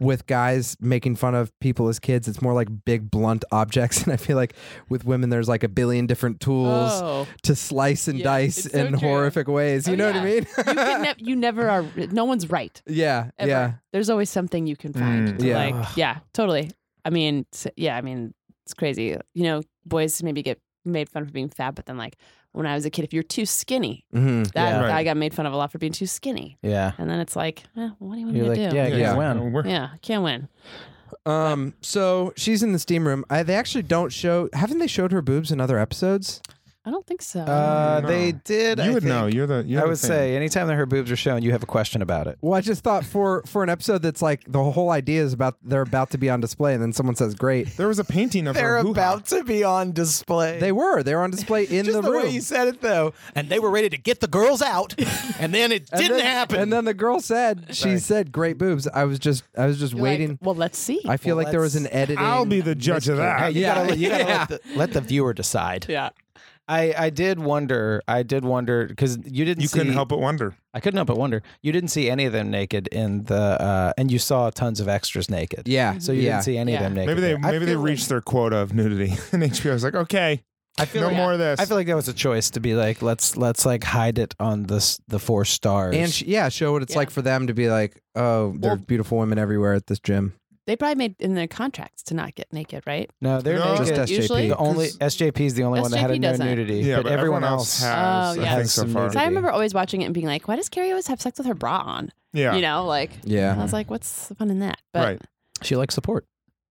Speaker 10: with guys making fun of people as kids, it's more like big blunt objects, and I feel like with women, there's like a billion different tools
Speaker 5: Oh,
Speaker 10: to slice and
Speaker 5: Yeah,
Speaker 10: dice
Speaker 5: it's so
Speaker 10: in
Speaker 5: true.
Speaker 10: horrific ways. You
Speaker 5: Oh,
Speaker 10: know what
Speaker 5: yeah.
Speaker 10: I
Speaker 5: you,
Speaker 10: mean?
Speaker 5: can nev- you never are. No one's right.
Speaker 10: yeah,
Speaker 5: ever.
Speaker 10: yeah.
Speaker 5: There's always something you can find.
Speaker 9: Mm,
Speaker 5: to,
Speaker 10: yeah.
Speaker 5: Like, yeah, totally. I mean, s- yeah, I mean, it's crazy. You know, boys maybe get made fun for being fat, but then like when I was a kid, if you're too skinny,
Speaker 10: Mm-hmm.
Speaker 5: that
Speaker 11: Yeah.
Speaker 9: Right.
Speaker 5: I got made fun of a lot for being too skinny.
Speaker 11: yeah
Speaker 5: And then it's like, eh, what do you want
Speaker 11: you're
Speaker 5: me
Speaker 11: like
Speaker 5: to do?
Speaker 11: yeah,
Speaker 10: Yeah.
Speaker 11: yeah. when
Speaker 9: We're-
Speaker 5: yeah, can't win.
Speaker 10: Um, so she's in the steam room. I, they actually don't show. Haven't they showed her boobs in other episodes?
Speaker 5: I don't think so.
Speaker 11: uh
Speaker 9: No.
Speaker 11: they did I
Speaker 9: You would
Speaker 11: think.
Speaker 9: know. You're the. You're
Speaker 11: i
Speaker 9: the
Speaker 11: would
Speaker 9: fan.
Speaker 11: say anytime that her boobs are shown you have a question about it
Speaker 10: Well, I just thought for for an episode that's like the whole idea is about they're about to be on display, and then someone says, "Great."
Speaker 9: there was a painting of her. hoo-ha.
Speaker 11: to be on display
Speaker 10: They were. They were on display in
Speaker 12: Just
Speaker 10: the,
Speaker 12: the,
Speaker 10: room.
Speaker 12: way you said it, though. And they were ready to get the girls out, and then it
Speaker 10: And
Speaker 12: didn't
Speaker 10: then-
Speaker 12: happen.
Speaker 10: And then the girl said, "She said great boobs." I was just, I was just
Speaker 5: You're like,
Speaker 10: waiting.
Speaker 5: well, let's see.
Speaker 10: I feel
Speaker 12: Well,
Speaker 10: like there was an editing.
Speaker 9: I'll be the judge of
Speaker 12: Hey,
Speaker 9: that.
Speaker 12: you
Speaker 10: Yeah.
Speaker 12: gotta, you gotta
Speaker 10: Yeah.
Speaker 12: let, the, let the viewer decide.
Speaker 5: yeah.
Speaker 11: i i did wonder i did wonder because you didn't
Speaker 9: You
Speaker 11: see,
Speaker 9: couldn't help but wonder.
Speaker 11: i couldn't help but wonder you didn't see any of them naked in the uh and you saw tons of extras naked
Speaker 10: yeah.
Speaker 11: so you
Speaker 10: yeah.
Speaker 11: didn't see any of
Speaker 5: Yeah.
Speaker 11: them naked
Speaker 9: Maybe they
Speaker 11: there. I
Speaker 9: maybe they
Speaker 11: feel like-
Speaker 9: reached their quota of nudity, and HBO was like, okay,
Speaker 11: I feel
Speaker 9: no
Speaker 11: like-
Speaker 9: more of this.
Speaker 11: I feel like that was a choice to be like, let's let's like hide it on this the four stars.
Speaker 10: And she, yeah, show what it's
Speaker 5: Yeah.
Speaker 10: like for them to be like, "Oh, there are beautiful women everywhere at this gym."
Speaker 5: They probably made in their contracts to not get naked, right?
Speaker 11: no, they're
Speaker 9: No.
Speaker 11: naked.
Speaker 10: Just
Speaker 5: Usually-
Speaker 10: SJP.
Speaker 11: the only
Speaker 9: 'Cause-
Speaker 11: SJP is the only one that had a
Speaker 5: SJP
Speaker 11: no
Speaker 5: doesn't.
Speaker 11: nudity,
Speaker 9: yeah,
Speaker 11: but, everyone else.
Speaker 9: has.
Speaker 5: Oh,
Speaker 9: I
Speaker 5: yeah.
Speaker 9: think
Speaker 11: has
Speaker 9: so
Speaker 11: some
Speaker 9: far.
Speaker 11: nudity.
Speaker 5: So I remember always watching it and being like, why does Carrie always have sex with her bra on?
Speaker 9: Yeah.
Speaker 5: You know, like,
Speaker 10: Yeah.
Speaker 5: I was like, what's the fun in that? But
Speaker 9: Right.
Speaker 11: she likes support.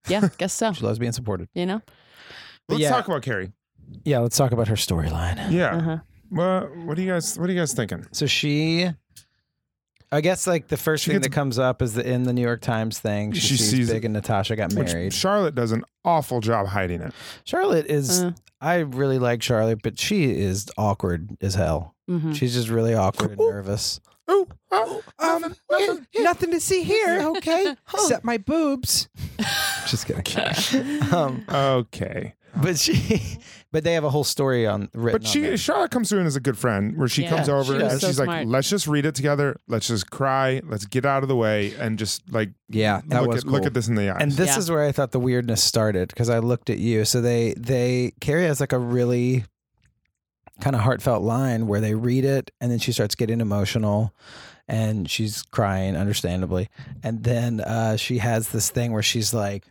Speaker 5: yeah, guess so.
Speaker 11: She loves being supported.
Speaker 5: You know?
Speaker 11: But
Speaker 9: Let's
Speaker 11: yeah.
Speaker 9: talk about Carrie.
Speaker 11: Yeah, let's talk about her storyline.
Speaker 9: Yeah.
Speaker 5: Uh-huh.
Speaker 9: Well, what do you guys? What are you guys thinking?
Speaker 11: So she, I guess, like the first
Speaker 9: She
Speaker 11: thing
Speaker 9: gets-
Speaker 11: that comes up is the in the New York Times thing. She,
Speaker 9: She
Speaker 11: sees,
Speaker 9: sees
Speaker 11: Big
Speaker 9: it.
Speaker 11: and Natasha got married.
Speaker 9: Which Charlotte does an awful job hiding it.
Speaker 11: Charlotte is.
Speaker 5: Uh.
Speaker 11: I really like Charlotte, but she is awkward as hell.
Speaker 5: Mhm.
Speaker 11: She's just really awkward and nervous.
Speaker 9: Oh, oh,
Speaker 10: Um, nothing, to see here. Okay, except my boobs. Just kidding.
Speaker 11: Um,
Speaker 9: okay.
Speaker 11: But she, but they have a whole story on written.
Speaker 9: But
Speaker 11: on
Speaker 9: she,
Speaker 11: there.
Speaker 9: Charlotte comes through in as a good friend where she
Speaker 5: Yeah.
Speaker 9: comes over
Speaker 5: She
Speaker 9: and
Speaker 5: was so
Speaker 9: she's like,
Speaker 5: smart.
Speaker 9: let's just read it together. Let's just cry. Let's get out of the way and just like
Speaker 10: Yeah, that
Speaker 9: look,
Speaker 10: was
Speaker 9: at, look
Speaker 10: cool.
Speaker 9: at this in the eyes.
Speaker 11: And this
Speaker 5: Yeah.
Speaker 11: is where I thought the weirdness started because I looked at you. So they they Carrie has like a really kind of heartfelt line where they read it and then she starts getting emotional and she's crying, understandably. And then uh, she has this thing where she's like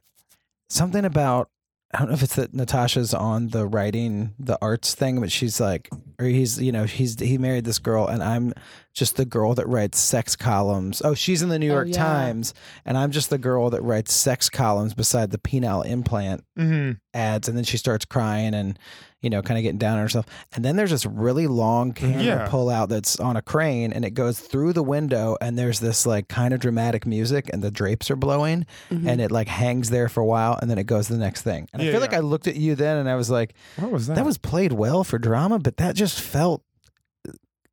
Speaker 11: something about I don't know if it's that Natasha's on the writing the arts thing, but she's like or he's you know he's he married this girl and I'm just the girl that writes sex columns. Oh, she's in the New
Speaker 5: Oh,
Speaker 11: York
Speaker 5: yeah.
Speaker 11: Times and I'm just the girl that writes sex columns beside the penile implant
Speaker 9: Mhm.
Speaker 11: ads and then she starts crying and you know kind of getting down on herself and then there's this really long camera
Speaker 9: Mm-hmm. Yeah.
Speaker 11: pull out that's on a crane and it goes through the window and there's this like kind of dramatic music and the drapes are blowing and it like hangs there for a while and then it goes to the next thing
Speaker 9: Mm-hmm.
Speaker 11: and
Speaker 9: Yeah,
Speaker 11: i feel like
Speaker 9: yeah.
Speaker 11: i looked at you then and i was like
Speaker 9: what was that?
Speaker 11: that was played well for drama but that just felt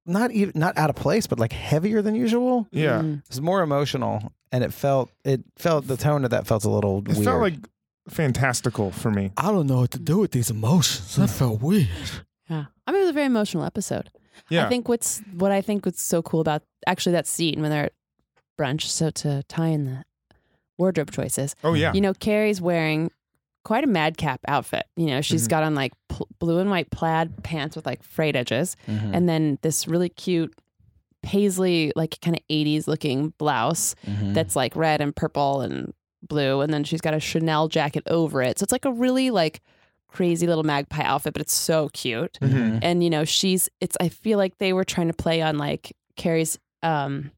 Speaker 11: not even not out of place but like heavier than usual
Speaker 9: yeah.
Speaker 11: it was more emotional and it felt it felt the tone of that felt a little
Speaker 9: It
Speaker 11: weird
Speaker 9: felt like fantastical for me.
Speaker 12: I don't know what to do with these emotions. That felt weird.
Speaker 5: Yeah. I mean, it was a very emotional episode.
Speaker 9: Yeah.
Speaker 5: I think what's what I think was so cool about actually that scene when they're at brunch. So to tie in the wardrobe choices,
Speaker 9: oh yeah.
Speaker 5: you know, Carrie's wearing quite a madcap outfit. You know, she's got on like pl- blue and white plaid pants with like frayed edges,
Speaker 11: Mhm.
Speaker 5: and then this really cute paisley, like kind of '80s looking blouse
Speaker 11: Mhm.
Speaker 5: that's like red and purple and blue, and then she's got a Chanel jacket over it. So it's like a really like crazy little magpie outfit, but it's so cute
Speaker 9: Mhm.
Speaker 11: Mm-hmm.
Speaker 5: and you know she's it's i feel like they were trying to play on like carrie's um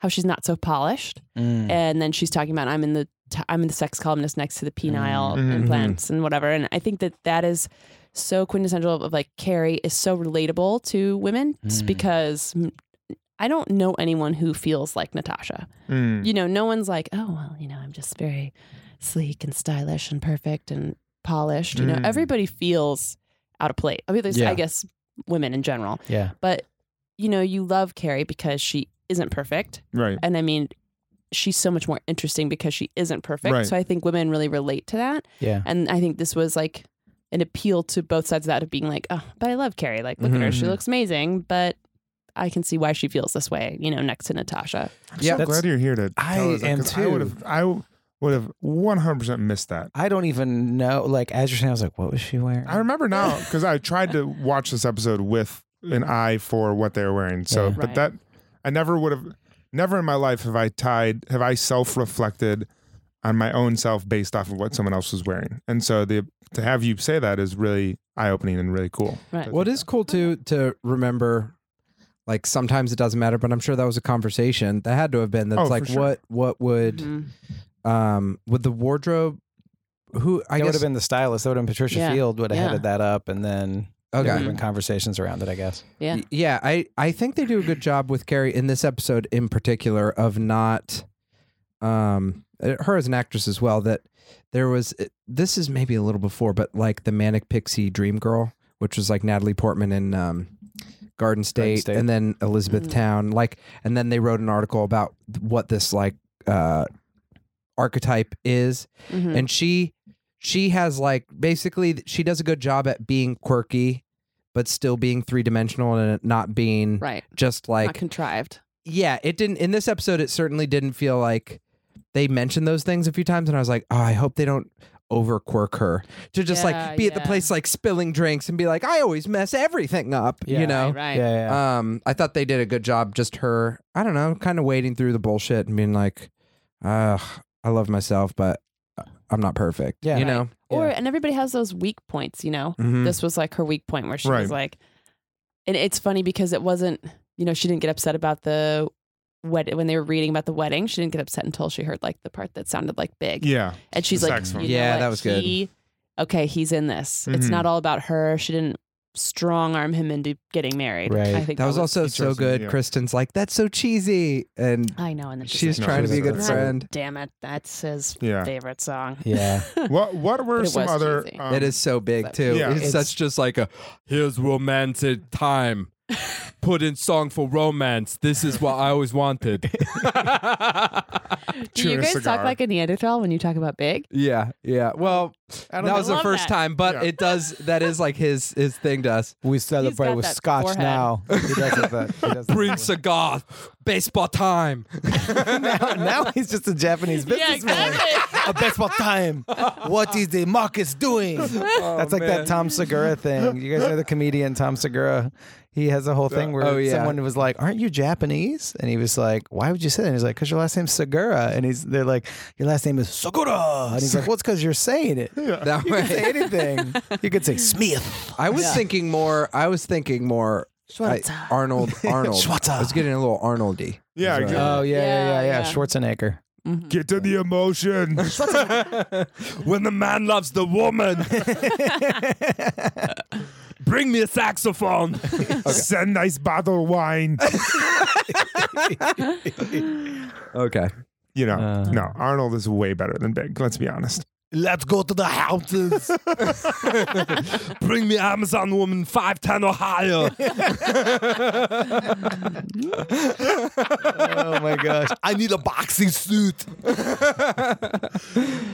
Speaker 5: how she's not so polished
Speaker 11: Mm.
Speaker 5: and then she's talking about i'm in the t- i'm in the sex columnist next to the penile
Speaker 9: Mhm.
Speaker 5: implants and whatever and i think that that is so quintessential of, of, like carrie is so relatable to women just
Speaker 11: Mm.
Speaker 5: because mm, i don't know anyone who feels like natasha
Speaker 9: Mm.
Speaker 5: you know no one's like oh well you know i'm just very sleek and stylish and perfect and polished you know
Speaker 9: Mm.
Speaker 5: everybody feels out of place i mean there's
Speaker 11: Yeah.
Speaker 5: i guess women in general
Speaker 11: Yeah.
Speaker 5: but you know you love carrie because she isn't perfect
Speaker 9: Right.
Speaker 5: and i mean she's so much more interesting because she isn't perfect
Speaker 9: Right.
Speaker 5: so i think women really relate to that
Speaker 11: Yeah.
Speaker 5: and i think this was like an appeal to both sides of that of being like oh but i love carrie like look at her she
Speaker 9: Mhm.
Speaker 5: looks amazing but i can see why she feels this way you know next to natasha
Speaker 9: I'm
Speaker 11: Yeah,
Speaker 9: so
Speaker 11: that's-
Speaker 9: glad you're here to.
Speaker 11: I
Speaker 9: tell us that,
Speaker 11: am
Speaker 9: 'cause I would have. I would have 100 percent missed that.
Speaker 11: I don't even know. Like as you're saying, I was like, "What was she wearing?"
Speaker 9: I remember now because I tried to watch this episode with an eye for what they were wearing. So,
Speaker 11: Yeah.
Speaker 9: but
Speaker 5: Right.
Speaker 9: that I never would have. Never in my life have I tied. Have I self-reflected on my own self based off of what someone else was wearing. And so the to have you say that is really eye-opening and really cool.
Speaker 5: Right.
Speaker 10: What is cool to to remember, like sometimes it doesn't matter, but I'm sure that was a conversation that had to have been. That's
Speaker 9: Oh, for
Speaker 10: like
Speaker 9: sure.
Speaker 10: what what would
Speaker 5: Mhm.
Speaker 10: um would the wardrobe? Who I
Speaker 11: that would
Speaker 10: guess
Speaker 11: have been the stylist. That would have been Patricia
Speaker 5: Yeah.
Speaker 11: Field would have
Speaker 5: Yeah.
Speaker 11: headed that up, and then there would
Speaker 10: okay.
Speaker 11: have been conversations around it. I guess.
Speaker 5: Yeah.
Speaker 10: Y- Yeah, I I think they do a good job with Carrie in this episode in particular of not um uh, her as an actress as well that there was uh, this is maybe a little before but like the manic pixie dream girl which was like Natalie Portman in um Garden State,
Speaker 11: State.
Speaker 10: and then Elizabethtown like and then they wrote an article about th- what this like uh archetype is
Speaker 5: Mhm.
Speaker 10: and she she has like basically th- she does a good job at being quirky but still being three-dimensional and it not being
Speaker 5: right
Speaker 10: just
Speaker 5: not
Speaker 10: like
Speaker 5: contrived
Speaker 10: yeah it didn't in this episode it certainly didn't feel like they mentioned those things a few times and i was like oh i hope they don't over quirk her to just
Speaker 5: Yeah,
Speaker 10: like be at the
Speaker 5: yeah.
Speaker 10: place like spilling drinks and be like i always mess everything up
Speaker 11: Yeah,
Speaker 10: you know
Speaker 5: right
Speaker 11: Yeah. yeah.
Speaker 10: um i thought they did a good job just her i don't know kind of wading through the bullshit and being like ugh i love myself but uh, i'm not perfect
Speaker 11: Yeah.
Speaker 10: you
Speaker 11: Right.
Speaker 10: know
Speaker 5: or and everybody has those weak points you know
Speaker 10: Mhm.
Speaker 5: this was like her weak point where she
Speaker 9: Mm. Right.
Speaker 5: was like and it's funny because it wasn't you know she didn't get upset about the wed when they were reading about the wedding she didn't get upset until she heard like the part that sounded like big
Speaker 9: Yeah.
Speaker 5: and she's
Speaker 9: the
Speaker 5: like
Speaker 9: saxophone.
Speaker 5: you know
Speaker 10: Yeah,
Speaker 5: what?
Speaker 10: that was good.
Speaker 5: He- okay he's in this it's
Speaker 9: Mhm.
Speaker 5: not all about her she didn't strong arm him into getting married
Speaker 11: Right.
Speaker 5: i think
Speaker 10: that was also so
Speaker 9: interesting,
Speaker 10: good
Speaker 9: yeah.
Speaker 10: kristen's like that's so cheesy and
Speaker 5: i know and then
Speaker 10: she's
Speaker 9: like,
Speaker 10: trying to
Speaker 9: she's
Speaker 10: be a
Speaker 9: like,
Speaker 10: good
Speaker 9: "God
Speaker 10: friend
Speaker 5: damn it that's his
Speaker 9: Yeah.
Speaker 5: favorite song
Speaker 11: yeah.
Speaker 9: What What were
Speaker 5: But it
Speaker 9: some
Speaker 5: was
Speaker 9: other? um,
Speaker 5: cheesy.
Speaker 10: It is so big
Speaker 5: but-
Speaker 10: too.
Speaker 9: Yeah.
Speaker 10: It's,
Speaker 11: It's-
Speaker 10: such just like a here's romantic time. Put in song for romance. This is what I always wanted.
Speaker 5: Do you
Speaker 9: Chewing a
Speaker 5: guys
Speaker 9: cigar.
Speaker 5: talk like a Neanderthal when you talk about big?
Speaker 10: Yeah, yeah. Well,
Speaker 9: I
Speaker 10: that
Speaker 9: don't know.
Speaker 10: was the
Speaker 5: love
Speaker 10: first
Speaker 5: that.
Speaker 10: time, but
Speaker 9: Yeah.
Speaker 10: it does. That is like his his thing to us.
Speaker 11: We celebrate
Speaker 5: got
Speaker 11: with
Speaker 5: that
Speaker 11: scotch
Speaker 5: forehead.
Speaker 11: now. He does it that. He does it that way.
Speaker 10: cigar, baseball time.
Speaker 11: now, now he's just a Japanese businessman. a baseball time. What is the markets doing? That's like that Tom Segura thing. You guys know the comedian Tom Segura. He has a whole thing where
Speaker 10: Oh, yeah.
Speaker 11: someone was like, "Aren't you Japanese?" And he was like, "Why would you say that?" And he's like, "Cause your last name's Segura." And he's they're like, "Your last name is Segura." And he's like, "Well, it's because you're saying it.
Speaker 10: That
Speaker 11: You could say
Speaker 10: way.
Speaker 11: anything. You could say Smith."
Speaker 10: I was thinking more. I was thinking more. I, Arnold. Arnold.
Speaker 11: Schwarzer.
Speaker 10: I was getting a little Arnoldy.
Speaker 9: Yeah,
Speaker 10: That's right.
Speaker 5: Uh-huh.
Speaker 9: exactly.
Speaker 11: Oh yeah, yeah, yeah, yeah.
Speaker 5: Yeah, yeah.
Speaker 11: Schwarzenegger.
Speaker 9: Get to the emotion. when the man loves the woman. Bring me a saxophone. Send nice bottle of wine.
Speaker 10: Okay.
Speaker 9: You know,
Speaker 11: Uh.
Speaker 9: no, Arnold is way better than Big. Let's be honest.
Speaker 13: Let's go to the houses.
Speaker 9: Bring me Amazon woman 510 or higher.
Speaker 11: oh my gosh.
Speaker 13: I need a boxing suit.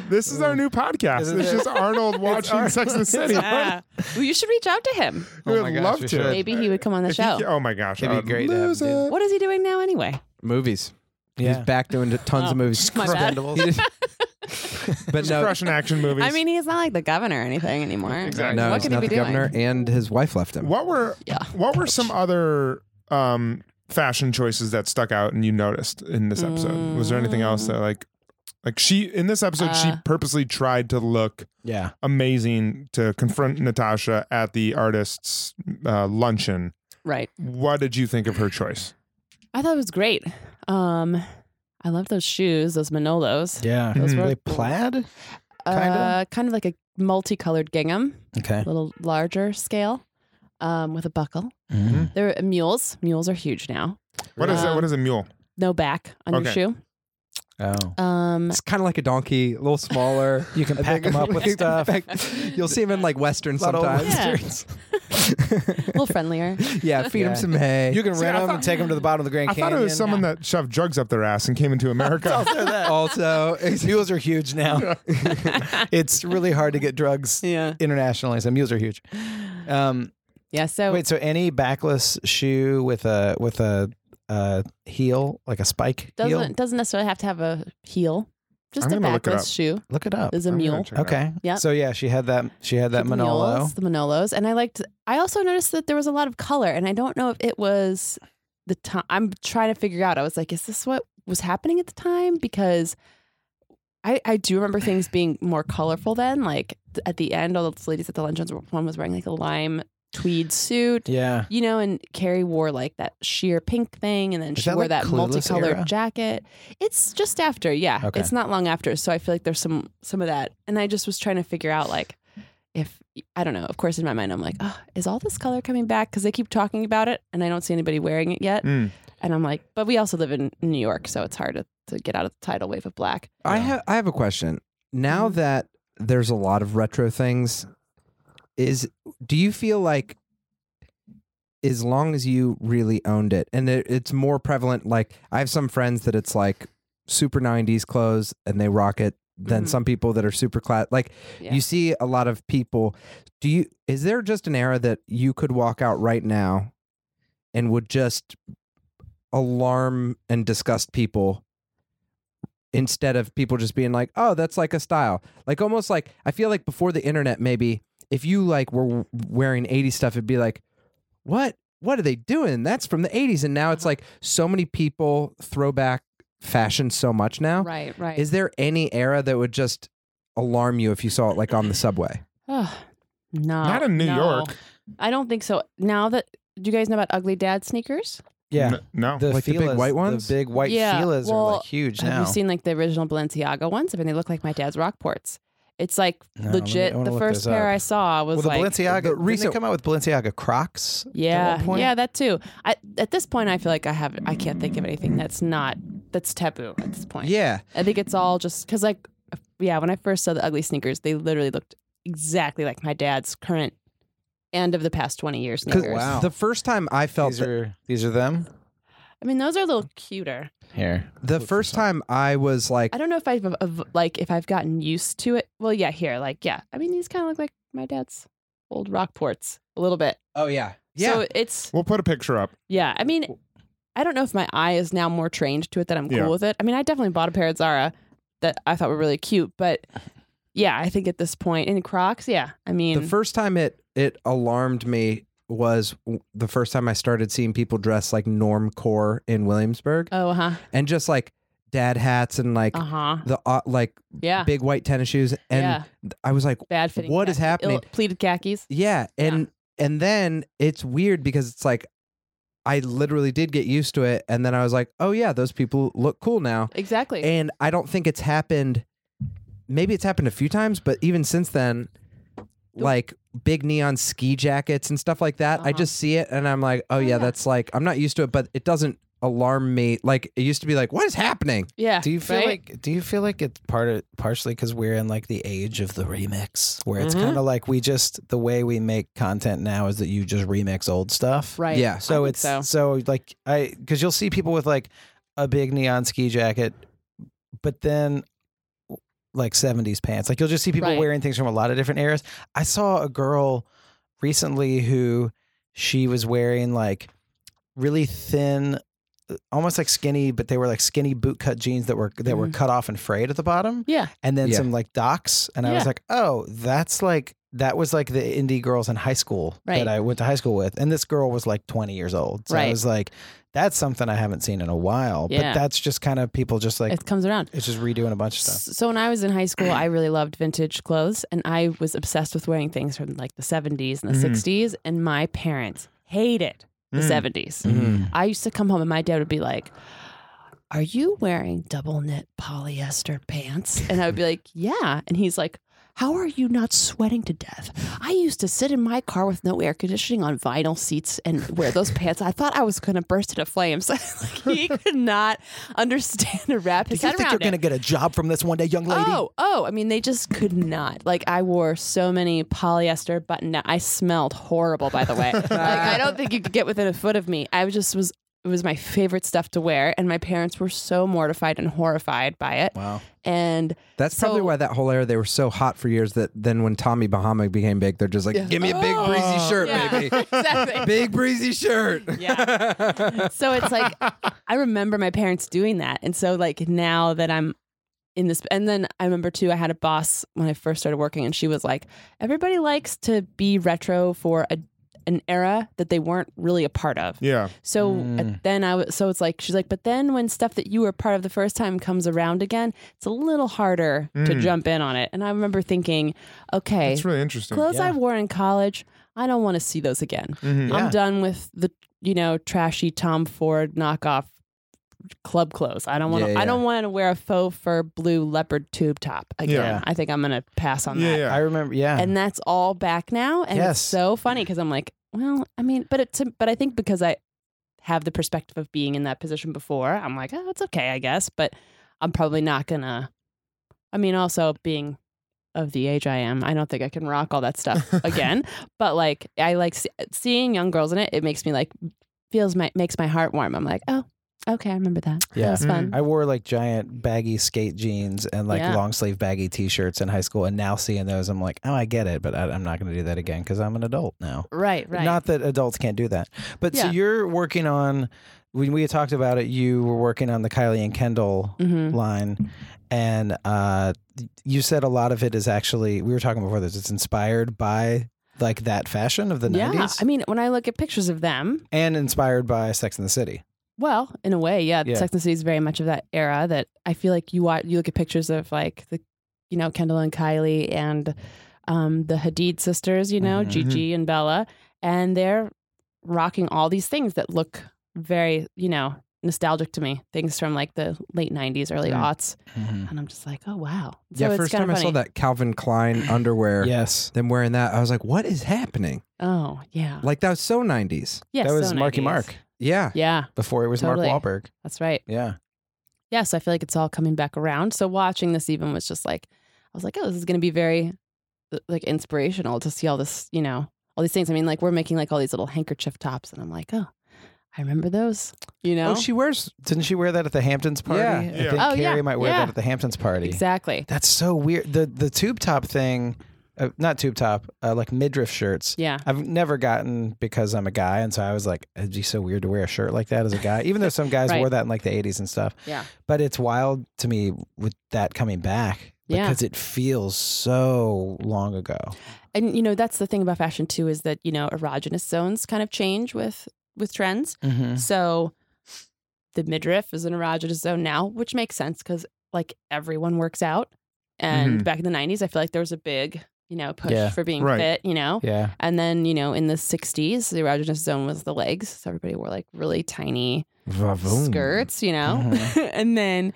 Speaker 9: This is our
Speaker 5: Mm.
Speaker 9: new podcast.
Speaker 11: Isn't
Speaker 9: it's
Speaker 11: it?
Speaker 9: just Arnold watching
Speaker 11: Arnold.
Speaker 9: Sex and the City.
Speaker 5: Yeah. well, you should reach out to him.
Speaker 9: We
Speaker 11: Oh
Speaker 9: would
Speaker 11: my gosh,
Speaker 9: love
Speaker 11: we
Speaker 9: to.
Speaker 11: should.
Speaker 5: Maybe he would come on the
Speaker 9: If he
Speaker 5: show.
Speaker 9: ca- oh my gosh.
Speaker 11: It'd be
Speaker 9: I'd
Speaker 11: great to have
Speaker 9: Lose
Speaker 11: him, dude.
Speaker 9: it.
Speaker 5: What is he doing now anyway?
Speaker 10: Movies.
Speaker 11: Yeah.
Speaker 10: He's back doing tons of movies.
Speaker 5: Oh, my bad.
Speaker 10: He did- but no,
Speaker 9: Crushing action movies.
Speaker 5: I mean, he's not like the governor or anything anymore.
Speaker 9: Exactly.
Speaker 10: no,
Speaker 5: What
Speaker 10: he's
Speaker 5: could he
Speaker 10: not
Speaker 5: be
Speaker 10: the
Speaker 5: doing?
Speaker 10: governor, and his wife left him.
Speaker 9: What were
Speaker 5: Yeah.
Speaker 9: what were some other um fashion choices that stuck out and you noticed in this episode? Was there anything else that like like she in this episode she
Speaker 5: Uh.
Speaker 9: purposely tried to look
Speaker 11: Yeah.
Speaker 9: amazing to confront Natasha at the artist's uh, luncheon.
Speaker 5: Right.
Speaker 9: What did you think of her choice?
Speaker 5: I thought it was great. Um, I love those shoes, those Manolos.
Speaker 11: Yeah.
Speaker 9: Those
Speaker 11: Were
Speaker 9: were-
Speaker 11: they plaid? Kinda?
Speaker 5: Uh, kind of like a multicolored gingham,
Speaker 11: Okay.
Speaker 5: a little larger scale, um, with a buckle. There were mules. Mules are huge now.
Speaker 9: What is that?
Speaker 5: Um,
Speaker 9: What is a mule?
Speaker 5: No back on
Speaker 9: Okay.
Speaker 5: your shoe.
Speaker 11: Oh.
Speaker 5: Um,
Speaker 10: It's kind of like a donkey, a little smaller.
Speaker 11: You can
Speaker 10: I
Speaker 11: pack
Speaker 10: think-
Speaker 11: 'em up with stuff.
Speaker 10: Pack- You'll see him in like Western
Speaker 11: Lot of old
Speaker 10: sometimes.
Speaker 5: yeah, a little friendlier.
Speaker 10: yeah, feed
Speaker 11: Yeah.
Speaker 10: him some hay.
Speaker 11: You can
Speaker 9: See,
Speaker 11: rent
Speaker 9: I
Speaker 11: them
Speaker 9: thought-
Speaker 11: and take them to the bottom of the Grand
Speaker 9: I
Speaker 11: Canyon.
Speaker 9: thought it was someone that shoved drugs up their ass and came into America.
Speaker 10: also,
Speaker 11: mules are huge now. it's really hard to get drugs
Speaker 5: Yeah.
Speaker 11: internationally, so mules are huge. Um,
Speaker 5: Yeah. So
Speaker 11: wait, so any backless shoe with a with a uh, heel, like a spike
Speaker 5: doesn't
Speaker 11: heel?
Speaker 5: doesn't necessarily have to have a heel. Just
Speaker 9: I'm
Speaker 5: a
Speaker 9: gonna look it
Speaker 5: backless
Speaker 9: up.
Speaker 5: shoe
Speaker 11: Look it up.
Speaker 5: is a
Speaker 9: I'm gonna
Speaker 5: mule.
Speaker 9: check it out.
Speaker 11: Okay.
Speaker 5: Yep.
Speaker 11: So yeah, she had that. She had that
Speaker 5: the
Speaker 11: Manolo.
Speaker 5: Manolos, the Manolos, and I liked. I also noticed that there was a lot of color, and I don't know if it was the time. I'm trying to figure out. I was like, is this what was happening at the time? Because I I do remember things being more colorful then. Like th- at the end, all those ladies at the luncheons, were- one was wearing like a lime tweed suit.
Speaker 11: Yeah.
Speaker 5: You know, and Carrie wore like that sheer pink thing, and then
Speaker 11: Is
Speaker 5: she
Speaker 11: that,
Speaker 5: wore
Speaker 11: like,
Speaker 5: that
Speaker 11: Clueless
Speaker 5: multicolored
Speaker 11: era?
Speaker 5: jacket. It's just after, yeah.
Speaker 11: Okay.
Speaker 5: It's not long after, so I feel like there's some some of that. And I just was trying to figure out like if I don't know. Of course, in my mind, I'm like, oh, is all this color coming back? Because they keep talking about it, and I don't see anybody wearing it yet.
Speaker 9: Mm.
Speaker 5: And I'm like, but we also live in New York, so it's hard to, to get out of the tidal wave of black.
Speaker 10: I have I have a question. Now that there's a lot of retro things, is do you feel like as long as you really owned it, and it, it's more prevalent. Like I have some friends that it's like super '90s clothes, and they rock it. Than
Speaker 5: Mhm.
Speaker 10: some people that are super class. Like
Speaker 5: Yeah.
Speaker 10: you see a lot of people. Do you? Is there just an era that you could walk out right now, and would just alarm and disgust people instead of people just being like, "Oh, that's like a style." Like almost like I feel like before the internet, maybe if you like were w- wearing '80s stuff, it'd be like, "What? What are they doing? That's from the '80s." And now it's like so many people throw back fashion so much
Speaker 11: Oh.
Speaker 10: now.
Speaker 5: Right, right.
Speaker 10: Is there any era that would just alarm you if you saw it like on the subway?
Speaker 5: oh, no,
Speaker 9: Not in New
Speaker 5: no.
Speaker 9: York.
Speaker 5: I don't think so. Now that do you guys know about Ugly Dad sneakers?
Speaker 11: Yeah.
Speaker 9: N- no.
Speaker 11: The
Speaker 10: Like the big
Speaker 11: Fila's-
Speaker 10: white ones?
Speaker 11: The big white
Speaker 5: Yeah,
Speaker 11: Fila's are
Speaker 5: well,
Speaker 11: like huge
Speaker 5: Have
Speaker 11: now.
Speaker 5: you seen like the original Balenciaga ones? I mean, they look like my dad's Rockports. It's like
Speaker 11: No, let me-
Speaker 5: legit.
Speaker 11: I wanna
Speaker 5: the
Speaker 11: look
Speaker 5: first
Speaker 11: this
Speaker 5: pair
Speaker 11: up.
Speaker 5: I saw was
Speaker 11: well, the
Speaker 5: like
Speaker 11: Balenciaga.
Speaker 10: the
Speaker 11: didn't
Speaker 10: recent-
Speaker 11: they come out with Balenciaga Crocs? at one
Speaker 5: yeah,
Speaker 11: point?
Speaker 5: yeah, that too. I, at this point, I feel like I have I can't think of anything that's not that's taboo at this point.
Speaker 10: Yeah.
Speaker 5: I think it's all just because like yeah, when I first saw the ugly sneakers, they literally looked exactly like my dad's current and of the past twenty years
Speaker 10: 'Cause
Speaker 5: sneakers.
Speaker 11: Wow.
Speaker 10: The first time I felt
Speaker 11: These are these are them.
Speaker 5: I mean, those are a little cuter.
Speaker 11: Here.
Speaker 10: The first time I was like,
Speaker 5: I don't know if I've of- like if I've gotten used to it. Well, yeah, here, like yeah. I mean, these kind of look like my dad's old Rockports a little bit.
Speaker 10: oh yeah, yeah,
Speaker 5: So it's
Speaker 9: We'll put a picture up.
Speaker 5: yeah. I mean, I don't know if my eye is now more trained to it that I'm cool
Speaker 9: Yeah.
Speaker 5: with it. I mean, I definitely bought a pair at Zara that I thought were really cute, but yeah, I think at this point in Crocs, yeah. I mean,
Speaker 10: the first time it it alarmed me was w- the first time I started seeing people dressed like normcore in Williamsburg
Speaker 5: oh, huh,
Speaker 10: and just like dad hats and like
Speaker 5: uh huh,
Speaker 10: the uh, like
Speaker 5: yeah,
Speaker 10: big white tennis shoes and
Speaker 5: yeah.
Speaker 10: I was like
Speaker 5: Bad fitting.
Speaker 10: what is
Speaker 5: khaki-
Speaker 10: happening?
Speaker 5: ill- pleated khakis.
Speaker 10: yeah and and then it's weird because it's like I literally did get used to it and then I was like oh yeah those people look cool now
Speaker 5: Exactly.
Speaker 10: and I don't think it's happened maybe it's happened a few times but even since then like big neon ski jackets and stuff like that I
Speaker 5: Uh-huh.
Speaker 10: just see it and I'm like oh, yeah,
Speaker 5: yeah.
Speaker 10: that's like I'm not used to it but it doesn't alarm me like it used to be like what is happening
Speaker 5: yeah.
Speaker 14: Do you feel
Speaker 5: right?
Speaker 14: like
Speaker 11: Do you feel like it's part of partially because we're in like the age of the remix, where it's
Speaker 5: Mhm.
Speaker 11: kind of like we just the way we make content now is that you just remix old stuff,
Speaker 5: right?
Speaker 10: yeah
Speaker 11: So
Speaker 5: think
Speaker 11: it's
Speaker 5: so.
Speaker 11: so. like I because you'll see people with like a big neon ski jacket, but then like 70s pants. Like you'll just see people
Speaker 5: Right.
Speaker 11: wearing things from a lot of different eras. I saw a girl recently who she was wearing like really thin uh, almost like skinny but they were like skinny bootcut jeans that were that were
Speaker 5: Mhm.
Speaker 11: cut off and frayed at the bottom
Speaker 5: Yeah.
Speaker 11: and then
Speaker 10: Yeah.
Speaker 11: some like docs and i was
Speaker 5: Yeah.
Speaker 11: like oh that's like that was like the indie girls in high school
Speaker 5: Right.
Speaker 11: that i went to high school with and this girl was like 20 years old so i
Speaker 5: Right.
Speaker 11: was like that's something i haven't seen in a while
Speaker 5: Yeah.
Speaker 11: but that's just kind of people just like
Speaker 5: it comes around.
Speaker 11: it's just redoing a bunch of stuff
Speaker 5: So when I was in high school, I really loved vintage clothes, and I was obsessed with wearing things from like the '70s and the
Speaker 9: Mhm.
Speaker 5: '60s. And my parents hated the
Speaker 9: Mm.
Speaker 5: '70s. I used to come home, and my dad would be like, "Are you wearing double knit polyester pants?" And I would be like, "Yeah." And he's like. How are you not sweating to death? I used to sit in my car with no air conditioning on vinyl seats and wear those pants. I thought I was going to burst into flames. like he could not understand or wrap his
Speaker 11: do you
Speaker 5: head
Speaker 11: think
Speaker 5: around
Speaker 11: you're
Speaker 5: it.
Speaker 11: gonna get a job from this one day young lady
Speaker 5: Oh, oh, I mean, they just could not. Like, I wore so many polyester button. I smelled horrible, by the way. like, I don't think you could get within a foot of me. I just was, it was my favorite stuff to wear. And my parents were so mortified and horrified by it.
Speaker 11: wow
Speaker 5: And
Speaker 10: That's probably
Speaker 5: So-
Speaker 10: why that whole era they were so hot for years that then when Tommy Bahama became big, they're just like, give me a big breezy shirt,
Speaker 5: yeah,
Speaker 10: baby.
Speaker 5: exactly.
Speaker 10: big breezy shirt. Yeah.
Speaker 5: so it's like I remember my parents doing that, and so like now that I'm in this, and then I remember too, I had a boss when I first started working, and she was like, everybody likes to be retro for a an era that they weren't really a part of.
Speaker 9: Yeah.
Speaker 5: So
Speaker 11: Mm.
Speaker 5: at- then I was, so it's like, she's like, but then when stuff that you were part of the first time comes around again, it's a little harder to
Speaker 9: Mm.
Speaker 5: jump in on it. And I remember thinking, okay,
Speaker 9: It's really interesting.
Speaker 5: clothes I
Speaker 11: Yeah.
Speaker 5: wore in college, I don't want to see those again.
Speaker 9: Mhm.
Speaker 11: Yeah.
Speaker 5: I'm done with the you know trashy Tom Ford knockoff club clothes. I don't want to.
Speaker 10: Yeah, yeah.
Speaker 5: I don't want to wear a faux fur blue leopard tube top again.
Speaker 9: Yeah.
Speaker 5: I think I'm gonna pass on
Speaker 9: Yeah,
Speaker 5: that.
Speaker 9: yeah.
Speaker 11: i remember yeah
Speaker 5: And that's all back now, and
Speaker 11: Uh-huh. Yes.
Speaker 5: it's so funny because I'm like, well, I mean, but it's but I think because I have the perspective of being in that position before, I'm like, oh, it's okay, I guess. But I'm probably not gonna. I mean, also being of the age I am, I don't think I can rock all that stuff again. but like, I like see, seeing young girls in it. It makes me like feels my makes my heart warm. I'm like, oh, okay, I remember that.
Speaker 11: Yeah. Mm-hmm.
Speaker 5: that was fun.
Speaker 11: I wore like giant baggy skate jeans and like
Speaker 5: Yeah.
Speaker 11: long sleeve baggy t shirts in high school. And now seeing those, I'm like, oh, I get it, but I, I'm not going to do that again because I'm an adult now.
Speaker 5: Right, right.
Speaker 11: Not that adults can't do that. But so
Speaker 5: Yeah.
Speaker 11: you're working on, when we had talked about it, you were working on the Kylie and Kendall
Speaker 5: Mhm.
Speaker 11: line. And uh, you said a lot of it is actually, we were talking before this, it's inspired by like that fashion of the
Speaker 5: Yeah,
Speaker 11: 90s
Speaker 5: I mean, when I look at pictures of them,
Speaker 11: and inspired by Sex and the City.
Speaker 5: Well, in a way, yeah.
Speaker 11: Yeah.
Speaker 5: Sex and the City is very much of that era that I feel like you watch, you look at pictures of like the, you know, Kendall and Kylie and um, the Hadid sisters, you know,
Speaker 11: Mhm.
Speaker 5: Gigi and Bella, and they're rocking all these things that look very, you know, nostalgic to me. Things from like the late '90s, early
Speaker 11: Mm.
Speaker 5: aughts, and I'm just like, oh wow.
Speaker 10: yeah, first
Speaker 5: kinda
Speaker 10: time I saw
Speaker 5: funny.
Speaker 10: that Calvin Klein underwear,
Speaker 11: Yes.
Speaker 10: them wearing that, I was like, what is happening?
Speaker 5: Oh yeah,
Speaker 10: Like, that was so 90s.
Speaker 5: yeah.
Speaker 11: that
Speaker 5: so
Speaker 11: was Marky
Speaker 5: 90s.
Speaker 11: Mark
Speaker 10: Yeah.
Speaker 5: Yeah,
Speaker 11: before it was
Speaker 5: Totally.
Speaker 11: Mark Wahlberg.
Speaker 5: that's right.
Speaker 11: Yeah.
Speaker 5: yeah, so I feel like it's all coming back around. So watching this even was just like, I was like, oh, this is going to be very uh, like inspirational to see all this, you know, all these things. I mean, like we're making like all these little handkerchief tops, and I'm like, oh, I remember those. You know?
Speaker 11: Oh, she wears. Didn't she wear that at the Hamptons party?
Speaker 10: Yeah.
Speaker 11: I think
Speaker 5: Oh,
Speaker 11: Carrie
Speaker 5: yeah.
Speaker 11: might wear
Speaker 5: Yeah.
Speaker 11: that at the Hamptons party.
Speaker 5: exactly.
Speaker 11: That's so weird. The the tube top thing, uh, not tube top, uh, like midriff shirts.
Speaker 5: Yeah.
Speaker 11: I've never gotten because I'm a guy, and so I was like, it'd be so weird to wear a shirt like that as a guy. Even though some guys
Speaker 5: Right.
Speaker 11: wore that in like the '80s and stuff.
Speaker 5: Yeah.
Speaker 11: But it's wild to me with that coming back
Speaker 5: Yeah.
Speaker 11: because it feels so long ago.
Speaker 5: And you know, that's the thing about fashion too is that, you know, erogenous zones kind of change with with trends.
Speaker 11: Mm-hmm.
Speaker 5: So the midriff is an erogenous zone now, which makes sense because like everyone works out. And
Speaker 9: Mhm.
Speaker 5: back in the 90s, I feel like there was a big, you know, push
Speaker 11: Yeah.
Speaker 5: for being
Speaker 9: Right.
Speaker 5: fit, you know?
Speaker 11: Yeah.
Speaker 5: And then, you know, in the 60s, the erogenous zone was the legs. So everybody wore like really tiny skirts, you know?
Speaker 11: Mm-hmm.
Speaker 5: and then,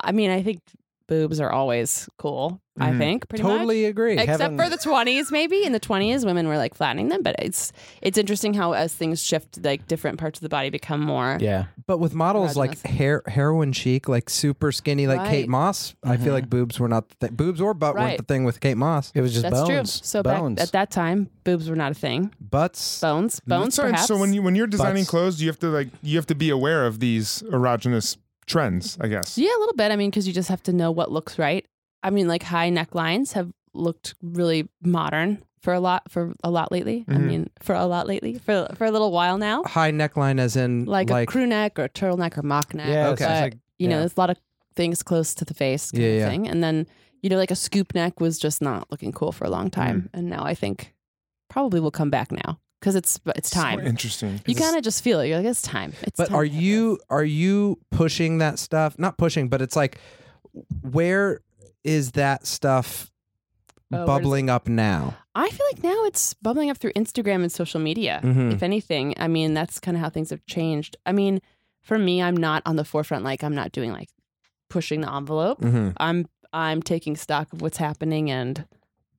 Speaker 5: I mean, I think boobs are always cool, I
Speaker 9: Mhm.
Speaker 5: think, pretty much.
Speaker 10: totally agree.
Speaker 5: Except
Speaker 11: Haven't-
Speaker 5: for the 20s, maybe. In the 20s, women were like flattening them, but it's it's interesting how as things shift, like different parts of the body become more
Speaker 11: Yeah.
Speaker 10: But with models like
Speaker 5: Androgynous.
Speaker 10: hair, heroin chic, like super skinny, like Kate
Speaker 5: Right.
Speaker 10: Moss, I feel like boobs were not the thing. Boobs or butt weren't
Speaker 5: Right.
Speaker 10: the thing with Kate Moss.
Speaker 11: It was just
Speaker 5: That's
Speaker 11: bones.
Speaker 5: true. So
Speaker 11: bones.
Speaker 5: back at that time, boobs were not a thing.
Speaker 10: Butts.
Speaker 5: Bones, bones,
Speaker 9: Sorry,
Speaker 5: perhaps.
Speaker 9: So when you when you're designing
Speaker 11: Butts.
Speaker 9: clothes, you have to like you have to be aware of these erogenous trends, I guess.
Speaker 5: yeah, a little bit. I mean, because you just have to know what looks right. I mean, like high necklines have looked really modern for a lot for a lot lately. I
Speaker 11: Mm-hmm.
Speaker 9: Mhm.
Speaker 5: mean, for a lot lately for for a little while
Speaker 11: Uh,
Speaker 5: now,
Speaker 10: High neckline, as in
Speaker 5: like,
Speaker 10: like,
Speaker 5: a crew neck or a turtleneck or mock neck.
Speaker 11: Yeah,
Speaker 10: Okay.
Speaker 5: But,
Speaker 11: sounds like-
Speaker 5: you know,
Speaker 11: yeah.
Speaker 5: there's a lot of things close to the face kind
Speaker 10: Yeah,
Speaker 5: of
Speaker 10: yeah.
Speaker 5: thing. And then you know, like a scoop neck was just not looking cool for a long
Speaker 10: Hmm.
Speaker 5: time, and now I think probably will come back now because it's it's time.
Speaker 9: So interesting.
Speaker 5: You kind of just feel it. You're like, it's time. It's
Speaker 10: But
Speaker 5: time
Speaker 10: are
Speaker 5: to have
Speaker 10: you are you pushing that stuff? Not pushing, but it's like, where is that stuff
Speaker 5: Oh, where's-
Speaker 10: bubbling up now?
Speaker 5: I feel like now it's bubbling up through Instagram and social media.
Speaker 10: Mhm.
Speaker 5: If anything, I mean, that's kind of how things have changed. I mean, for me, I'm not on the forefront. Like, I'm not doing like pushing the envelope.
Speaker 10: Mm-hmm.
Speaker 5: I'm I'm taking stock of what's happening and